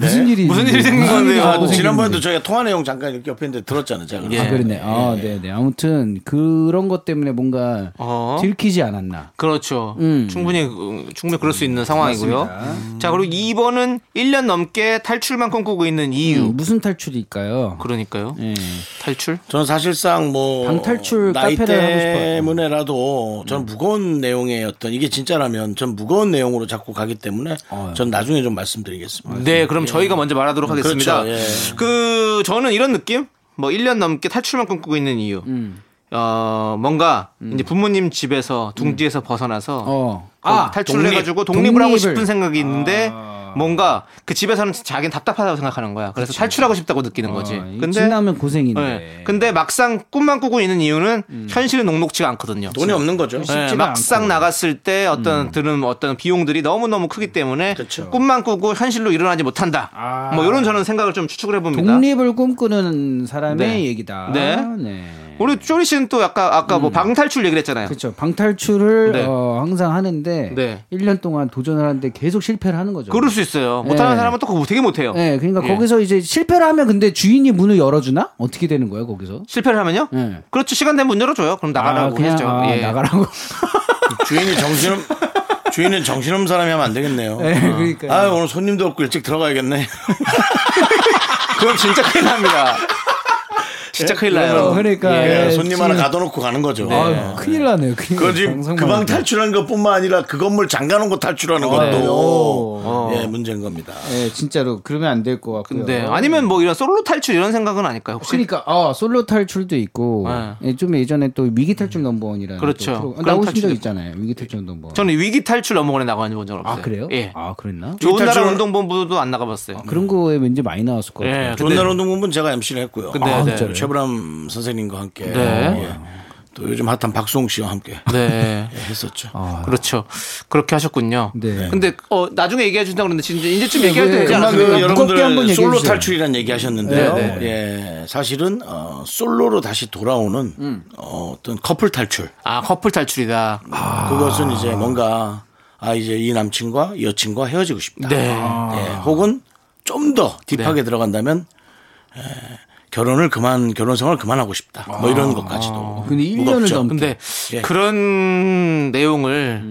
[SPEAKER 6] 무슨 일이
[SPEAKER 2] 무슨 일이
[SPEAKER 6] 있는지.
[SPEAKER 2] 생긴 건데요?
[SPEAKER 6] 일이
[SPEAKER 1] 아,
[SPEAKER 6] 나고
[SPEAKER 1] 지난번에도
[SPEAKER 6] 생겼는지.
[SPEAKER 1] 저희가 통화 내용 잠깐 이렇게 옆에 있는데 들었잖아요. 제가.
[SPEAKER 2] 예.
[SPEAKER 6] 아 그랬네. 아 네네. 아무튼 그런 것 때문에 뭔가
[SPEAKER 2] 어.
[SPEAKER 6] 들키지 않았나.
[SPEAKER 2] 그렇죠.
[SPEAKER 6] 음.
[SPEAKER 2] 충분히 어, 충분히 그럴 수 있는 상황이고요.
[SPEAKER 6] 맞습니다.
[SPEAKER 2] 자, 그리고 2번은 1년 넘게 탈출만 꿈꾸고 있는 이유.
[SPEAKER 6] 음, 무슨 탈출일까요?
[SPEAKER 2] 그러니까요.
[SPEAKER 6] 예.
[SPEAKER 2] 탈출?
[SPEAKER 1] 저는 사실상 뭐
[SPEAKER 6] 방탈출
[SPEAKER 1] 나이
[SPEAKER 6] 카페를 하고 싶어요. 음.
[SPEAKER 1] 때문에라도 저는 무거운 내용의 어떤 이게 진짜라면 전 무거운 내용으로 자꾸 가기 때문에
[SPEAKER 6] 어.
[SPEAKER 1] 전 나중에 좀
[SPEAKER 6] 아,
[SPEAKER 1] 말씀드리겠습니다.
[SPEAKER 2] 네, 그럼 저희가 먼저
[SPEAKER 6] 음,
[SPEAKER 2] 말하도록 하겠습니다. 그
[SPEAKER 1] 그렇죠,
[SPEAKER 6] 예.
[SPEAKER 2] 저는 이런 느낌? 뭐 1년 넘게 탈출만 꿈꾸고 있는 이유.
[SPEAKER 6] 음.
[SPEAKER 2] 어, 뭔가 이제 부모님 집에서 둥지에서 벗어나서
[SPEAKER 6] 어.
[SPEAKER 2] 아, 탈출을
[SPEAKER 6] 독립.
[SPEAKER 2] 해가지고 독립을, 하고
[SPEAKER 6] 독립을. 아.
[SPEAKER 2] 싶은 생각이 있는데 뭔가 그 집에서는 자기는 답답하다고 생각하는 거야. 그래서 탈출하고 싶다고 느끼는 거지.
[SPEAKER 6] 어, 근데 지나면 고생인데. 음.
[SPEAKER 2] 네. 근데 막상 꿈만 꾸고 있는 이유는 현실은 녹록지가 않거든요.
[SPEAKER 1] 돈이 없는 거죠.
[SPEAKER 2] 네,
[SPEAKER 6] 쉽지가
[SPEAKER 2] 막상
[SPEAKER 6] 않고.
[SPEAKER 2] 나갔을 때
[SPEAKER 6] 음.
[SPEAKER 2] 어떤 드는 어떤 비용들이 너무 너무 크기 때문에
[SPEAKER 1] 그쵸.
[SPEAKER 2] 꿈만 꾸고 현실로 일어나지 못한다.
[SPEAKER 6] 아.
[SPEAKER 2] 뭐 이런 저는 생각을 좀 추측을 해봅니다.
[SPEAKER 6] 독립을 꿈꾸는 사람의
[SPEAKER 2] 네.
[SPEAKER 6] 얘기다.
[SPEAKER 2] 네.
[SPEAKER 6] 네.
[SPEAKER 2] 우리 쪼리 씨는 또 아까 아까 뭐 방탈출 얘기를 했잖아요.
[SPEAKER 6] 음. 그렇죠. 방탈출을
[SPEAKER 2] 네.
[SPEAKER 6] 어, 항상 하는데
[SPEAKER 2] 네.
[SPEAKER 6] 1년 동안 도전을 하는데 계속 실패를 하는 거죠.
[SPEAKER 2] 그럴수 있어요. 못하는
[SPEAKER 6] 네.
[SPEAKER 2] 사람은 또 그거 되게 못해요.
[SPEAKER 6] 네, 그러니까
[SPEAKER 2] 예.
[SPEAKER 6] 거기서 이제 실패를 하면 근데 주인이 문을 열어주나? 어떻게 되는 거예요, 거기서?
[SPEAKER 2] 실패를 하면요?
[SPEAKER 6] 네.
[SPEAKER 2] 그렇죠. 시간 되면 문 열어줘요. 그럼 나가라고
[SPEAKER 6] 아, 그냥
[SPEAKER 2] 하죠.
[SPEAKER 6] 아,
[SPEAKER 2] 예. *laughs*
[SPEAKER 6] 나가라고.
[SPEAKER 1] 주인이 정신없 주인은 정신없는 사람이 하면 안 되겠네요.
[SPEAKER 6] 네,
[SPEAKER 2] 어.
[SPEAKER 6] 그러니까.
[SPEAKER 1] 아 오늘 손님도 없고 일찍
[SPEAKER 6] *laughs*
[SPEAKER 1] 들어가야겠네.
[SPEAKER 2] 그럼 진짜 큰일 납니다. 진짜 큰일 나요.
[SPEAKER 6] 어, 그러니까
[SPEAKER 1] 예,
[SPEAKER 6] 예, 네.
[SPEAKER 1] 손님 하나 가둬놓고 가는 거죠. 예.
[SPEAKER 6] 아유, 큰일 나네요. 큰일
[SPEAKER 1] 그 집,
[SPEAKER 6] *laughs* 방송만 아,
[SPEAKER 1] 그 방
[SPEAKER 6] 하니까.
[SPEAKER 1] 탈출하는 것뿐만 아니라 그 건물 잠가놓은 거 탈출하는
[SPEAKER 6] 네.
[SPEAKER 1] 것도
[SPEAKER 6] 어.
[SPEAKER 1] 예, 문제인 겁니다.
[SPEAKER 6] 예, 진짜로 그러면 안 될 것 같고요.
[SPEAKER 2] 네. 아니면 뭐 이런 솔로 탈출 이런 생각은 아닐까요? 혹시?
[SPEAKER 6] 그러니까 아 솔로 탈출도 있고
[SPEAKER 2] 네.
[SPEAKER 6] 예, 좀 예전에 또 위기 탈출 넘버원이라는
[SPEAKER 2] 그렇죠.
[SPEAKER 6] 또 프로-
[SPEAKER 2] 그런
[SPEAKER 6] 나오신 적
[SPEAKER 2] 탈출도-
[SPEAKER 6] 있잖아요. 위기 탈출 넘버원.
[SPEAKER 2] 저는 위기 탈출 넘어원에 나가는 본적 없어요.
[SPEAKER 6] 아 그래요?
[SPEAKER 2] 예.
[SPEAKER 6] 아 그랬나?
[SPEAKER 2] 좋은
[SPEAKER 1] 위기
[SPEAKER 2] 나라
[SPEAKER 1] 탈출은-
[SPEAKER 2] 운동본부도 안 나가봤어요.
[SPEAKER 6] 그런 거에 왠지 많이 나왔을 것 같아요.
[SPEAKER 2] 예.
[SPEAKER 1] 좋은 날 운동본부는 제가 MC를 했고요.
[SPEAKER 2] 근데- 아, 네. 진짜로요?
[SPEAKER 1] 최불암 선생님과 함께
[SPEAKER 2] 네.
[SPEAKER 1] 예. 또 요즘 핫한 박수홍 씨와 함께
[SPEAKER 2] 네.
[SPEAKER 1] 예, 했었죠.
[SPEAKER 2] *laughs*
[SPEAKER 6] 아.
[SPEAKER 2] 그렇죠. 그렇게 하셨군요.
[SPEAKER 6] 네.
[SPEAKER 2] 근데 어 나중에 얘기해 준다 그러는데 진짜 이제쯤 얘기할
[SPEAKER 6] 네,
[SPEAKER 2] 때 되지
[SPEAKER 6] 금방
[SPEAKER 1] 금방
[SPEAKER 2] 않았습니까?
[SPEAKER 1] 그
[SPEAKER 6] 무겁게 한번
[SPEAKER 1] 여러분들
[SPEAKER 6] 얘기해
[SPEAKER 1] 솔로
[SPEAKER 6] 주세요.
[SPEAKER 1] 탈출이라는 얘기 하셨는데요.
[SPEAKER 2] 네,
[SPEAKER 1] 예, 사실은 어, 솔로로 다시 돌아오는
[SPEAKER 6] 음.
[SPEAKER 1] 어, 어떤 커플 탈출.
[SPEAKER 2] 아 커플 탈출이다.
[SPEAKER 1] 그것은 이제 뭔가 아 이제 이 남친과 이 여친과 헤어지고 싶다.
[SPEAKER 2] 네.
[SPEAKER 1] 예, 혹은 좀 더 딥하게
[SPEAKER 6] 네.
[SPEAKER 1] 들어간다면 에, 결혼을 그만 결혼 생활 그만하고 싶다. 뭐 이런 것까지도.
[SPEAKER 6] 아. 근데 1년을
[SPEAKER 1] 무겁죠.
[SPEAKER 6] 넘게
[SPEAKER 2] 근데
[SPEAKER 1] 예. 음.
[SPEAKER 2] 그런 내용을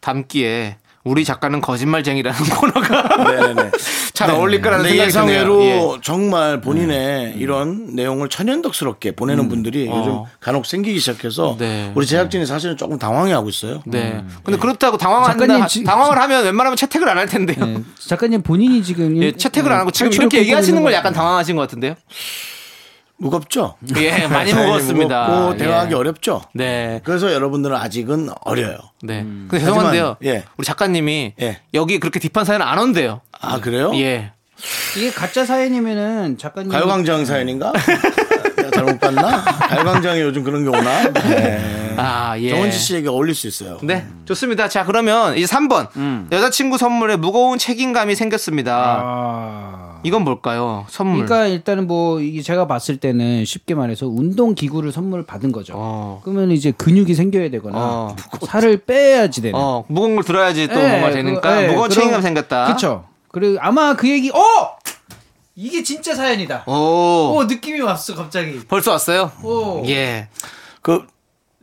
[SPEAKER 2] 담기에 우리 작가는 거짓말쟁이라는 *laughs* 코너가
[SPEAKER 1] 네네.
[SPEAKER 2] 잘 어울릴 거라는
[SPEAKER 1] 근데
[SPEAKER 2] 생각이 드네요. 음.
[SPEAKER 1] 예상외로 정말 본인의 이런 내용을 천연덕스럽게 보내는 분들이 요즘 간혹 생기기 시작해서
[SPEAKER 2] 어. 네.
[SPEAKER 1] 우리 제작진이 사실은 조금 당황해하고 있어요.
[SPEAKER 2] 네.
[SPEAKER 1] 음.
[SPEAKER 2] 근데 그렇다고 당황한다.
[SPEAKER 6] 작가님 지-
[SPEAKER 2] 당황을 하면 웬만하면 채택을 안 할 텐데요.
[SPEAKER 6] 예, 작가님 본인이 지금
[SPEAKER 1] 네.
[SPEAKER 2] 예, 채택을
[SPEAKER 1] 음,
[SPEAKER 2] 안 하고
[SPEAKER 1] 아,
[SPEAKER 2] 지금
[SPEAKER 6] 탈출을
[SPEAKER 2] 이렇게 얘기하시는
[SPEAKER 6] 꿈꾸고
[SPEAKER 2] 걸
[SPEAKER 6] 있는
[SPEAKER 2] 약간 당황하신
[SPEAKER 1] *laughs*
[SPEAKER 2] 것 같은데요.
[SPEAKER 1] 무겁죠?
[SPEAKER 2] 예, 많이
[SPEAKER 1] 사연이
[SPEAKER 2] 먹었습니다.
[SPEAKER 1] 무겁고
[SPEAKER 2] 예.
[SPEAKER 1] 대화하기 어렵죠.
[SPEAKER 2] 네.
[SPEAKER 1] 그래서 여러분들은 아직은 어려요.
[SPEAKER 2] 네. 근데 죄송한데요.
[SPEAKER 1] 음. 하지만, 예.
[SPEAKER 2] 우리 작가님이
[SPEAKER 1] 예.
[SPEAKER 2] 여기 그렇게 딥한 사연 안 온대요.
[SPEAKER 1] 아 그래요?
[SPEAKER 2] 예.
[SPEAKER 6] 이게 가짜 사연이면은 작가님
[SPEAKER 1] 가요광장
[SPEAKER 2] *laughs*
[SPEAKER 1] 사연인가? 내가 잘못 봤나? 가요광장에 요즘 그런 게 오나? 네.
[SPEAKER 2] 아, 예.
[SPEAKER 1] 정은지 씨에게 어울릴 수 있어요.
[SPEAKER 2] 네, 좋습니다. 자, 그러면 이제 3번. 여자친구 선물에 무거운 책임감이 생겼습니다.
[SPEAKER 6] 아.
[SPEAKER 2] 이건 뭘까요? 선물.
[SPEAKER 6] 그러니까 일단은 뭐 이게 제가 봤을 때는 쉽게 말해서 운동 기구를 선물을 받은 거죠.
[SPEAKER 2] 어.
[SPEAKER 6] 그러면 이제 근육이 생겨야 되거나
[SPEAKER 2] 어.
[SPEAKER 6] 살을 빼야지 되는.
[SPEAKER 2] 어, 무거운 걸 들어야지
[SPEAKER 6] 예,
[SPEAKER 2] 또
[SPEAKER 9] 예,
[SPEAKER 2] 뭔가
[SPEAKER 9] 그,
[SPEAKER 2] 되니까. 무거운 책임감 생겼다.
[SPEAKER 6] 그렇죠. 그리고 아마 그 얘기 어 이게 진짜 사연이다.
[SPEAKER 2] 오.
[SPEAKER 6] 어 느낌이 왔어 갑자기.
[SPEAKER 2] 벌써 왔어요?
[SPEAKER 6] 오.
[SPEAKER 2] 예.
[SPEAKER 1] 그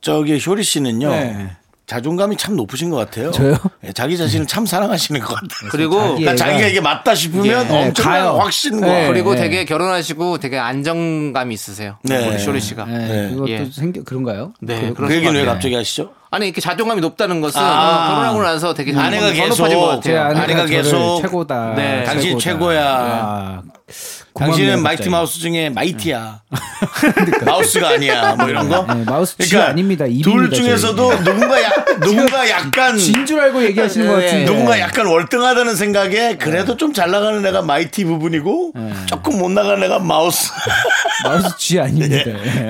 [SPEAKER 1] 저기 효리 씨는요.
[SPEAKER 6] 네.
[SPEAKER 1] 자존감이 참 높으신 것 같아요.
[SPEAKER 9] 저요? 예,
[SPEAKER 1] 예, 자기 자신을 참 사랑하시는 것 같아요.
[SPEAKER 2] 그리고
[SPEAKER 1] 그러니까 자기가 이게 맞다 싶으면
[SPEAKER 2] 예,
[SPEAKER 1] 엄청난
[SPEAKER 9] 가요.
[SPEAKER 1] 확신.
[SPEAKER 9] 예.
[SPEAKER 1] 과
[SPEAKER 2] 그리고
[SPEAKER 9] 네.
[SPEAKER 2] 되게 결혼하시고 되게 안정감이 있으세요.
[SPEAKER 1] 네.
[SPEAKER 2] 우리 쇼리 씨가.
[SPEAKER 9] 네,
[SPEAKER 1] 네.
[SPEAKER 9] 그것도
[SPEAKER 2] 예.
[SPEAKER 9] 생겨 그런가요?
[SPEAKER 2] 네.
[SPEAKER 1] 그 얘기는 왜 갑자기 하시죠?
[SPEAKER 2] 아니 이렇게 자존감이 높다는 것은
[SPEAKER 1] 아.
[SPEAKER 2] 결혼하고 나서 되게
[SPEAKER 1] 아내가
[SPEAKER 2] 더
[SPEAKER 1] 계속
[SPEAKER 2] 높아진 것
[SPEAKER 1] 제
[SPEAKER 2] 같아요.
[SPEAKER 1] 아내가
[SPEAKER 9] 아내가 저를
[SPEAKER 1] 계속
[SPEAKER 9] 최고다.
[SPEAKER 2] 네.
[SPEAKER 1] 당신 최고야.
[SPEAKER 9] 아,
[SPEAKER 1] 당신은
[SPEAKER 9] 고맙네요,
[SPEAKER 1] 마이티
[SPEAKER 9] 갑자기.
[SPEAKER 1] 마우스 중에 마이티야. 마우스가 아니야. 뭐 이런 거. 그러니까
[SPEAKER 9] 네, 마우스 쥐가 아닙니다. 입입니다,
[SPEAKER 1] 둘 중에서도 누군가 약, 누군가 약간 예,
[SPEAKER 6] 진줄 알고 얘기하시는 것
[SPEAKER 2] 네,
[SPEAKER 6] 같은데.
[SPEAKER 1] 누군가 약간 월등하다는 생각에
[SPEAKER 9] 네.
[SPEAKER 1] 그래도 좀 잘 나가는 애가 마이티 부분이고 조금 못 나가는 애가 마우스.
[SPEAKER 9] 마우스 쥐 아닙니다.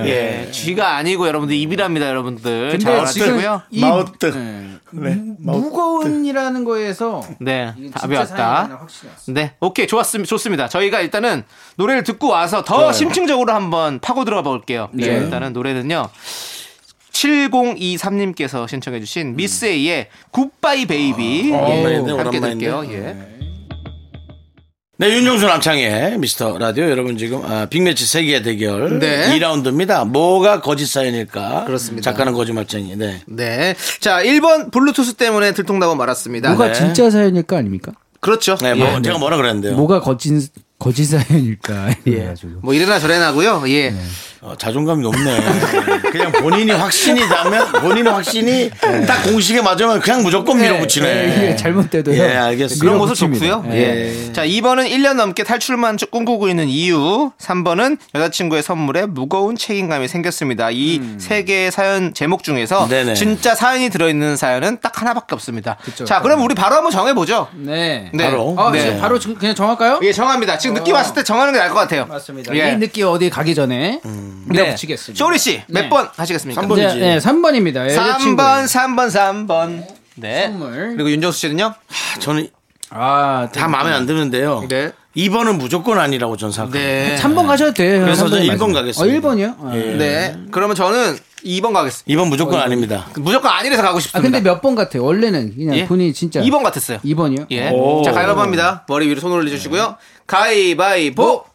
[SPEAKER 9] 예.
[SPEAKER 2] 예. 쥐가 아니고 여러분들 입이랍니다, 여러분들.
[SPEAKER 6] 근데
[SPEAKER 2] 잘
[SPEAKER 6] 지금
[SPEAKER 2] 알아두고요.
[SPEAKER 6] 이-
[SPEAKER 1] 마우스.
[SPEAKER 6] 네.
[SPEAKER 1] 네. 마우스.
[SPEAKER 6] 무거운이라는 거에서
[SPEAKER 2] 네.
[SPEAKER 6] 이게
[SPEAKER 2] 답이
[SPEAKER 6] 진짜 사연이구나,
[SPEAKER 2] 왔다.
[SPEAKER 6] 확실히 왔어.
[SPEAKER 2] 네. 오케이. 좋았습니다. 좋습니다. 저희가 일단은 노래를 듣고 와서 더 심층적으로 한번 파고 들어가 볼게요.
[SPEAKER 1] 네.
[SPEAKER 2] 예, 일단은 노래는요. 7023님께서 신청해 주신 미스 A의 굿바이 베이비 예,
[SPEAKER 1] 음. 아, 오랜만인데,
[SPEAKER 2] 함께
[SPEAKER 1] 오랜만인데.
[SPEAKER 2] 들게요. 예.
[SPEAKER 1] 네, 윤종수 남창의 미스터 라디오 여러분 지금 아, 빅매치 세계 대결
[SPEAKER 2] 네.
[SPEAKER 1] 2라운드입니다. 뭐가 거짓 사연일까?
[SPEAKER 2] 그렇습니다.
[SPEAKER 1] 작가는 거짓말쟁이. 네.
[SPEAKER 2] 네. 자, 1번 블루투스 때문에 들통나고 말았습니다.
[SPEAKER 9] 뭐가
[SPEAKER 1] 네.
[SPEAKER 9] 진짜 사연일까 아닙니까?
[SPEAKER 2] 그렇죠.
[SPEAKER 1] 네, 뭐,
[SPEAKER 2] 예.
[SPEAKER 1] 제가 뭐라 그랬는데요.
[SPEAKER 9] 뭐가 거짓 거짓 사연일까? 이래가지고.
[SPEAKER 2] 뭐 이래나 저래나고요. 예.
[SPEAKER 1] 어, 자존감이 높네. 그냥 본인이 확신이 나면 본인의 확신이
[SPEAKER 2] 네.
[SPEAKER 1] 딱 공식에 맞으면 그냥 무조건 밀어붙이네.
[SPEAKER 9] 예, 이게 잘못돼도요.
[SPEAKER 1] 예, 알겠습니다.
[SPEAKER 2] 그런 모습
[SPEAKER 9] 밀어붙입니다.
[SPEAKER 2] 좋고요. 예. 자, 2번은 1년 넘게 탈출만 쭉 꿈꾸고 있는 이유. 3번은 여자친구의 선물에 무거운 책임감이 생겼습니다. 이 세 개의 사연 제목 중에서
[SPEAKER 1] 네네.
[SPEAKER 2] 진짜 사연이 들어있는 사연은 딱 하나밖에 없습니다. 자, 그럼 우리 바로 한번 정해보죠.
[SPEAKER 6] 네.
[SPEAKER 2] 네.
[SPEAKER 1] 바로?
[SPEAKER 6] 어,
[SPEAKER 2] 네.
[SPEAKER 6] 이제 바로 정- 그냥 정할까요?
[SPEAKER 2] 예, 정합니다. 지금 느낌 왔을 때 정하는 게 나을 것 같아요.
[SPEAKER 6] 맞습니다.
[SPEAKER 2] 예.
[SPEAKER 6] 이 느낌 어디 가기 전에 밀어붙이겠습니다.
[SPEAKER 2] 음. 네. 쇼리 씨, 몇
[SPEAKER 6] 네.
[SPEAKER 2] 번 하시겠습니까?
[SPEAKER 1] 삼 번이지.
[SPEAKER 6] 네, 네, 3번입니다.
[SPEAKER 2] 3번, 3번, 3번. 네.
[SPEAKER 6] 선물.
[SPEAKER 2] 그리고 윤정수 씨는요?
[SPEAKER 1] 저는
[SPEAKER 6] 아,
[SPEAKER 1] 다 마음에 안 드는데요.
[SPEAKER 2] 네.
[SPEAKER 1] 2번은 무조건 아니라고 전 생각합니다.
[SPEAKER 2] 네.
[SPEAKER 6] 3번 가셔도 돼요.
[SPEAKER 1] 그래서
[SPEAKER 6] 삼번
[SPEAKER 1] 저는 일번
[SPEAKER 6] 맞아요.
[SPEAKER 1] 가겠습니다.
[SPEAKER 6] 어, 1번이요? 아,
[SPEAKER 1] 예.
[SPEAKER 2] 네. 그러면 저는 2번 가겠습니다.
[SPEAKER 1] 2번 무조건 아닙니다.
[SPEAKER 2] 무조건 아니래서 가고 싶습니다.
[SPEAKER 6] 아, 근데 몇 번 같아요? 원래는 그냥
[SPEAKER 2] 예?
[SPEAKER 6] 본인이 진짜
[SPEAKER 2] 2번 같았어요.
[SPEAKER 6] 2번이요?
[SPEAKER 2] 예. 자, 가위바위보 합니다. 머리 위로 손 올려주시고요. 가위바위보!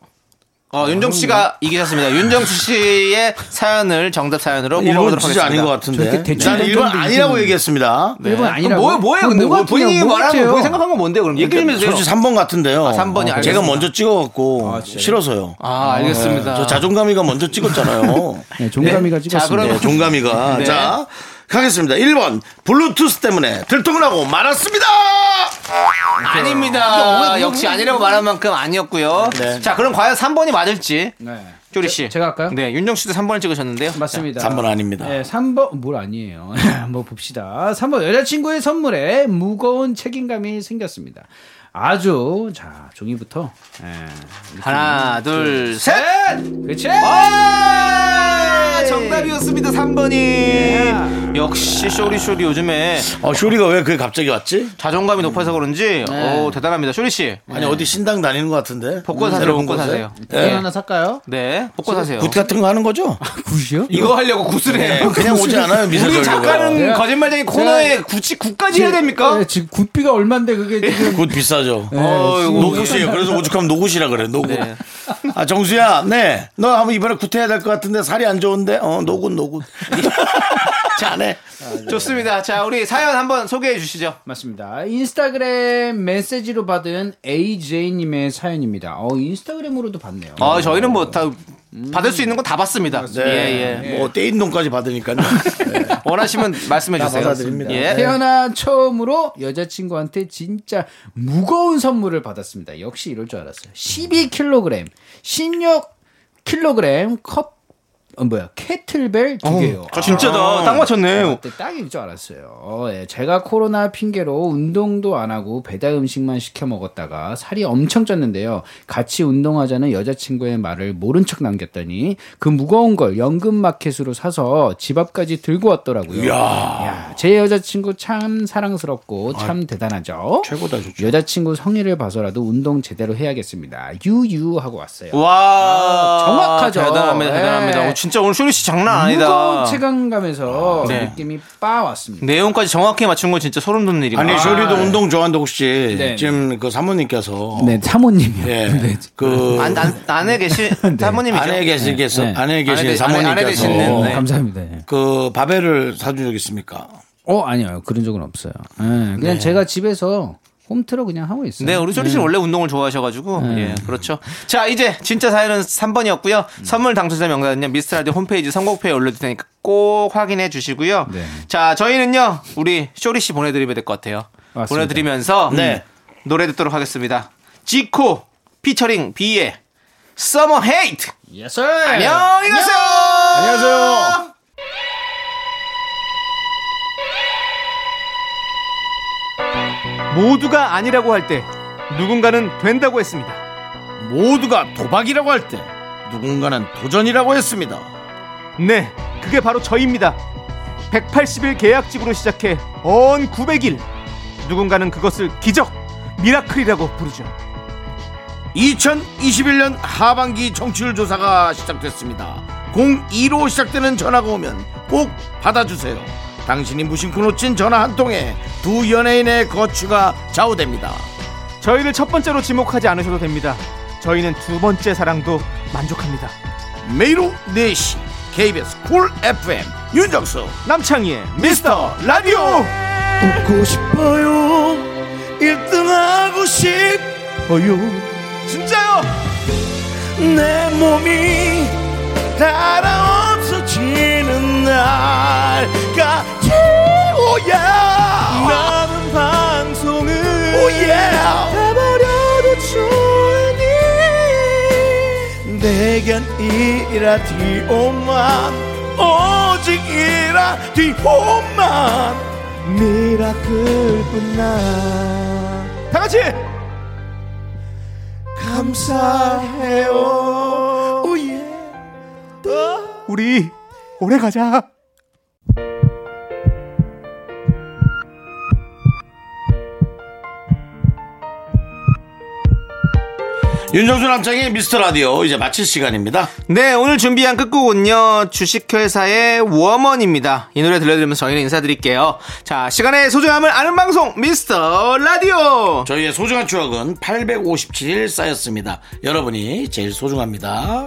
[SPEAKER 2] 어, 윤정수 씨가 이기셨습니다. 윤정수 씨의 사연을 정답 사연으로
[SPEAKER 1] 1번
[SPEAKER 2] 뽑아보도록
[SPEAKER 1] 진짜 아닌 것
[SPEAKER 2] 하겠습니다.
[SPEAKER 1] 같은데.
[SPEAKER 9] 저렇게 대충
[SPEAKER 1] 난 1번
[SPEAKER 9] 정도
[SPEAKER 1] 아니라고
[SPEAKER 9] 느낌이-
[SPEAKER 1] 얘기했습니다.
[SPEAKER 2] 네.
[SPEAKER 6] 1번 아니라고?
[SPEAKER 2] 그럼 뭐예요, 뭐예요?
[SPEAKER 6] 그럼
[SPEAKER 2] 근데
[SPEAKER 6] 뭐가
[SPEAKER 2] 뭐 본인이
[SPEAKER 6] 그냥 뭐가
[SPEAKER 2] 말한 거,
[SPEAKER 6] 같아요?
[SPEAKER 2] 본인 생각한 건 뭔데요, 예. 그럼? 얘기 좀 해주세요. 아,
[SPEAKER 1] 솔직히 그러니까 3번 같은데요. 어,
[SPEAKER 2] 삼 번이 알겠습니다.
[SPEAKER 1] 제가 먼저 찍어갖고 싫어서요.
[SPEAKER 2] 아, 알겠습니다.
[SPEAKER 1] 저 자존감이가 먼저
[SPEAKER 2] *laughs*
[SPEAKER 1] 찍었잖아요.
[SPEAKER 9] 네, 종감이가
[SPEAKER 2] 자,
[SPEAKER 9] 찍었습니다.
[SPEAKER 2] 그럼
[SPEAKER 1] 네, 종감이가.
[SPEAKER 2] *laughs* 네.
[SPEAKER 1] 자, 가겠습니다. 1번. 블루투스 때문에 들통을 하고 말았습니다!
[SPEAKER 2] 아닙니다. 역시 아니라고 말한 만큼 아니었고요.
[SPEAKER 1] 네.
[SPEAKER 2] 자, 그럼 과연 3번이 맞을지.
[SPEAKER 6] 네.
[SPEAKER 2] 쪼리 씨.
[SPEAKER 6] 제가 할까요?
[SPEAKER 2] 네, 윤정수 씨도 3번을 찍으셨는데요.
[SPEAKER 6] 맞습니다.
[SPEAKER 1] 3번 아닙니다.
[SPEAKER 6] 네, 3번 뭘 아니에요. *laughs* 한번 봅시다. 3번 여자친구의 선물에 무거운 책임감이 생겼습니다. 아주 자 종이부터 네.
[SPEAKER 2] 자, 하나, 둘, 셋!
[SPEAKER 6] 그렇지.
[SPEAKER 2] 아, 정답이었습니다. 3번이. 예. 역시 쇼리 쇼리 요즘에
[SPEAKER 1] 어, 쇼리가 왜 그게 갑자기 왔지?
[SPEAKER 2] 자존감이 높아서 그런지 오, 대단합니다. 쇼리 씨.
[SPEAKER 1] 아니, 어디 신당 다니는 것 같은데?
[SPEAKER 2] 네. 복권 사세요.
[SPEAKER 1] 새로운
[SPEAKER 2] 복권
[SPEAKER 1] 곳에?
[SPEAKER 2] 사세요.
[SPEAKER 6] 이건
[SPEAKER 1] 예.
[SPEAKER 6] 하나 살까요?
[SPEAKER 2] 네. 복권 사세요. 네.
[SPEAKER 1] 굿 같은 거 하는 거죠?
[SPEAKER 9] 굿이요?
[SPEAKER 2] 이거 하려고 구슬
[SPEAKER 1] 예,
[SPEAKER 2] *laughs* 해요.
[SPEAKER 1] 그냥 오지 않아요, 미사
[SPEAKER 2] 우리
[SPEAKER 1] 전류가.
[SPEAKER 2] 작가는 거짓말쟁이 코너에 굳이 굳까지 해야 됩니까?
[SPEAKER 9] 네, 지금 굿비가 얼만데 그게 지금
[SPEAKER 1] 굿 비싸죠.
[SPEAKER 2] 어이구.
[SPEAKER 1] 노굿이에요. 그래서 오죽하면 노굿이라 그래, 노굿.
[SPEAKER 2] 네.
[SPEAKER 1] 아, 정수야, 네. 너 한번 이번에 굿해야 될 것 같은데 살이 안 좋은데? 어, 노굿, *laughs* 노굿. 잘해.
[SPEAKER 2] 네. 좋습니다. 자, 우리 사연 한번 소개해 주시죠.
[SPEAKER 6] *laughs* 맞습니다. 인스타그램 메시지로 받은 AJ님의 사연입니다. 어 인스타그램으로도 받네요.
[SPEAKER 2] 어, 저희는 뭐 다 받을 수 있는 건 다 받습니다. 예, 예.
[SPEAKER 1] 네. 뭐, 떼인 돈까지 받으니까요.
[SPEAKER 2] 원하시면 말씀해 주세요.
[SPEAKER 1] 받아드립니다.
[SPEAKER 2] 예.
[SPEAKER 6] 네. 태어난 처음으로 여자친구한테 진짜 무거운 선물을 받았습니다. 역시 이럴 줄 알았어요. 12kg, 16kg 컵, 어, 뭐야, 캐틀벨 두 개요.
[SPEAKER 2] 아, 진짜다. 딱 맞췄네.
[SPEAKER 6] 그때 딱일 줄 알았어요. 어, 예. 제가 코로나 핑계로 운동도 안 하고 배달 음식만 시켜 먹었다가 살이 엄청 쪘는데요. 같이 운동하자는 여자친구의 말을 모른 척 남겼더니 그 무거운 걸 연금마켓으로 사서 집 앞까지 들고 왔더라고요. 야, 제 여자친구 참 사랑스럽고 참 대단하죠.
[SPEAKER 1] 최고다, 진짜.
[SPEAKER 6] 여자친구 성의를 봐서라도 운동 제대로 해야겠습니다. 유유 하고 왔어요.
[SPEAKER 2] 와.
[SPEAKER 6] 아, 정확하죠.
[SPEAKER 2] 대단합니다. 대단합니다.
[SPEAKER 6] 예.
[SPEAKER 2] 오, 진짜 오늘 쇼리 씨 장난 아니다.
[SPEAKER 6] 무거운 체감감에서
[SPEAKER 2] 네.
[SPEAKER 6] 느낌이 빠왔습니다.
[SPEAKER 2] 내용까지 정확히 맞춘 건 진짜 소름 돋는 일입니다.
[SPEAKER 1] 아니, 쇼리도 운동 좋아한다, 혹시.
[SPEAKER 6] 네.
[SPEAKER 1] 지금 그 사모님께서.
[SPEAKER 9] 네, 사모님이요.
[SPEAKER 1] 예.
[SPEAKER 9] 네.
[SPEAKER 1] 그.
[SPEAKER 2] 안, 안, 아내
[SPEAKER 6] *laughs*
[SPEAKER 2] 계신
[SPEAKER 6] 네.
[SPEAKER 2] 사모님이죠.
[SPEAKER 1] 아내 계시겠어?
[SPEAKER 9] 네.
[SPEAKER 1] 아내 계신
[SPEAKER 2] 아내 대- 아내- 아내
[SPEAKER 6] 어, 네.
[SPEAKER 1] 사모님께서
[SPEAKER 2] 대신, 네.
[SPEAKER 9] 감사합니다.
[SPEAKER 1] 그 바벨을 사준 적 있습니까?
[SPEAKER 6] 예. 어 아니요 그런 적은 없어요. 예, 그냥
[SPEAKER 2] 네.
[SPEAKER 6] 제가 집에서 홈트로 그냥 하고 있어요.
[SPEAKER 2] 네, 우리 소리
[SPEAKER 6] 음.
[SPEAKER 2] 씨는 원래 운동을 좋아하셔가지고 예, 그렇죠. 자, 이제 진짜 사연은 3번이었고요.
[SPEAKER 6] 음.
[SPEAKER 2] 선물 당첨자 명단은요 미스터라디오 홈페이지 선곡표에 올려둘 테니까 꼭 확인해 주시고요.
[SPEAKER 6] 네.
[SPEAKER 2] 자, 저희는요 우리 쇼리 씨 보내드리면 될 것 같아요.
[SPEAKER 6] 맞습니다.
[SPEAKER 2] 보내드리면서
[SPEAKER 1] 네.
[SPEAKER 2] 음, 노래 듣도록 하겠습니다. 지코 피처링 비의 서머 헤이트.
[SPEAKER 6] 예스.
[SPEAKER 2] 안녕히 가세요.
[SPEAKER 1] 안녕하세요.
[SPEAKER 2] 모두가 아니라고 할 때 누군가는 된다고 했습니다.
[SPEAKER 1] 모두가 도박이라고 할 때 누군가는 도전이라고 했습니다.
[SPEAKER 2] 네, 그게 바로 저입니다. 180일 계약직으로 시작해 언 900일. 누군가는 그것을 기적, 미라클이라고 부르죠.
[SPEAKER 1] 2021년 하반기 청취율 조사가 시작됐습니다. 02로 시작되는 전화가 오면 꼭 받아주세요. 당신이 무심코 놓친 전화 한 통에 두 연예인의 거취가 좌우됩니다.
[SPEAKER 2] 저희를 첫 번째로 지목하지 않으셔도 됩니다. 저희는 두 번째 사랑도 만족합니다.
[SPEAKER 1] 매일 오후 4시 KBS 쿨 FM 윤정수
[SPEAKER 2] 남창희의
[SPEAKER 1] 미스터 라디오 웃고 싶어요 1등하고 싶어요 진짜요 내 몸이 달아 없어지는 날까지 오야 나는 방송을 오야 해버려도 좋으니 내겐 이 라디오만 오직 이 라디오만 미라클뿐나
[SPEAKER 2] 다 같이
[SPEAKER 1] 감사해요 오예
[SPEAKER 2] 우리 오래 가자.
[SPEAKER 1] 윤정수 남창의 미스터 라디오 이제 마칠 시간입니다
[SPEAKER 2] 네, 오늘 준비한 끝곡은요. 주식회사의 워먼입니다. 이 노래 들려드리면서 저희는 인사드릴게요. 자, 시간의 소중함을 아는 방송 미스터 라디오.
[SPEAKER 1] 저희의 소중한 추억은 857일 쌓였습니다. 여러분이 제일 소중합니다.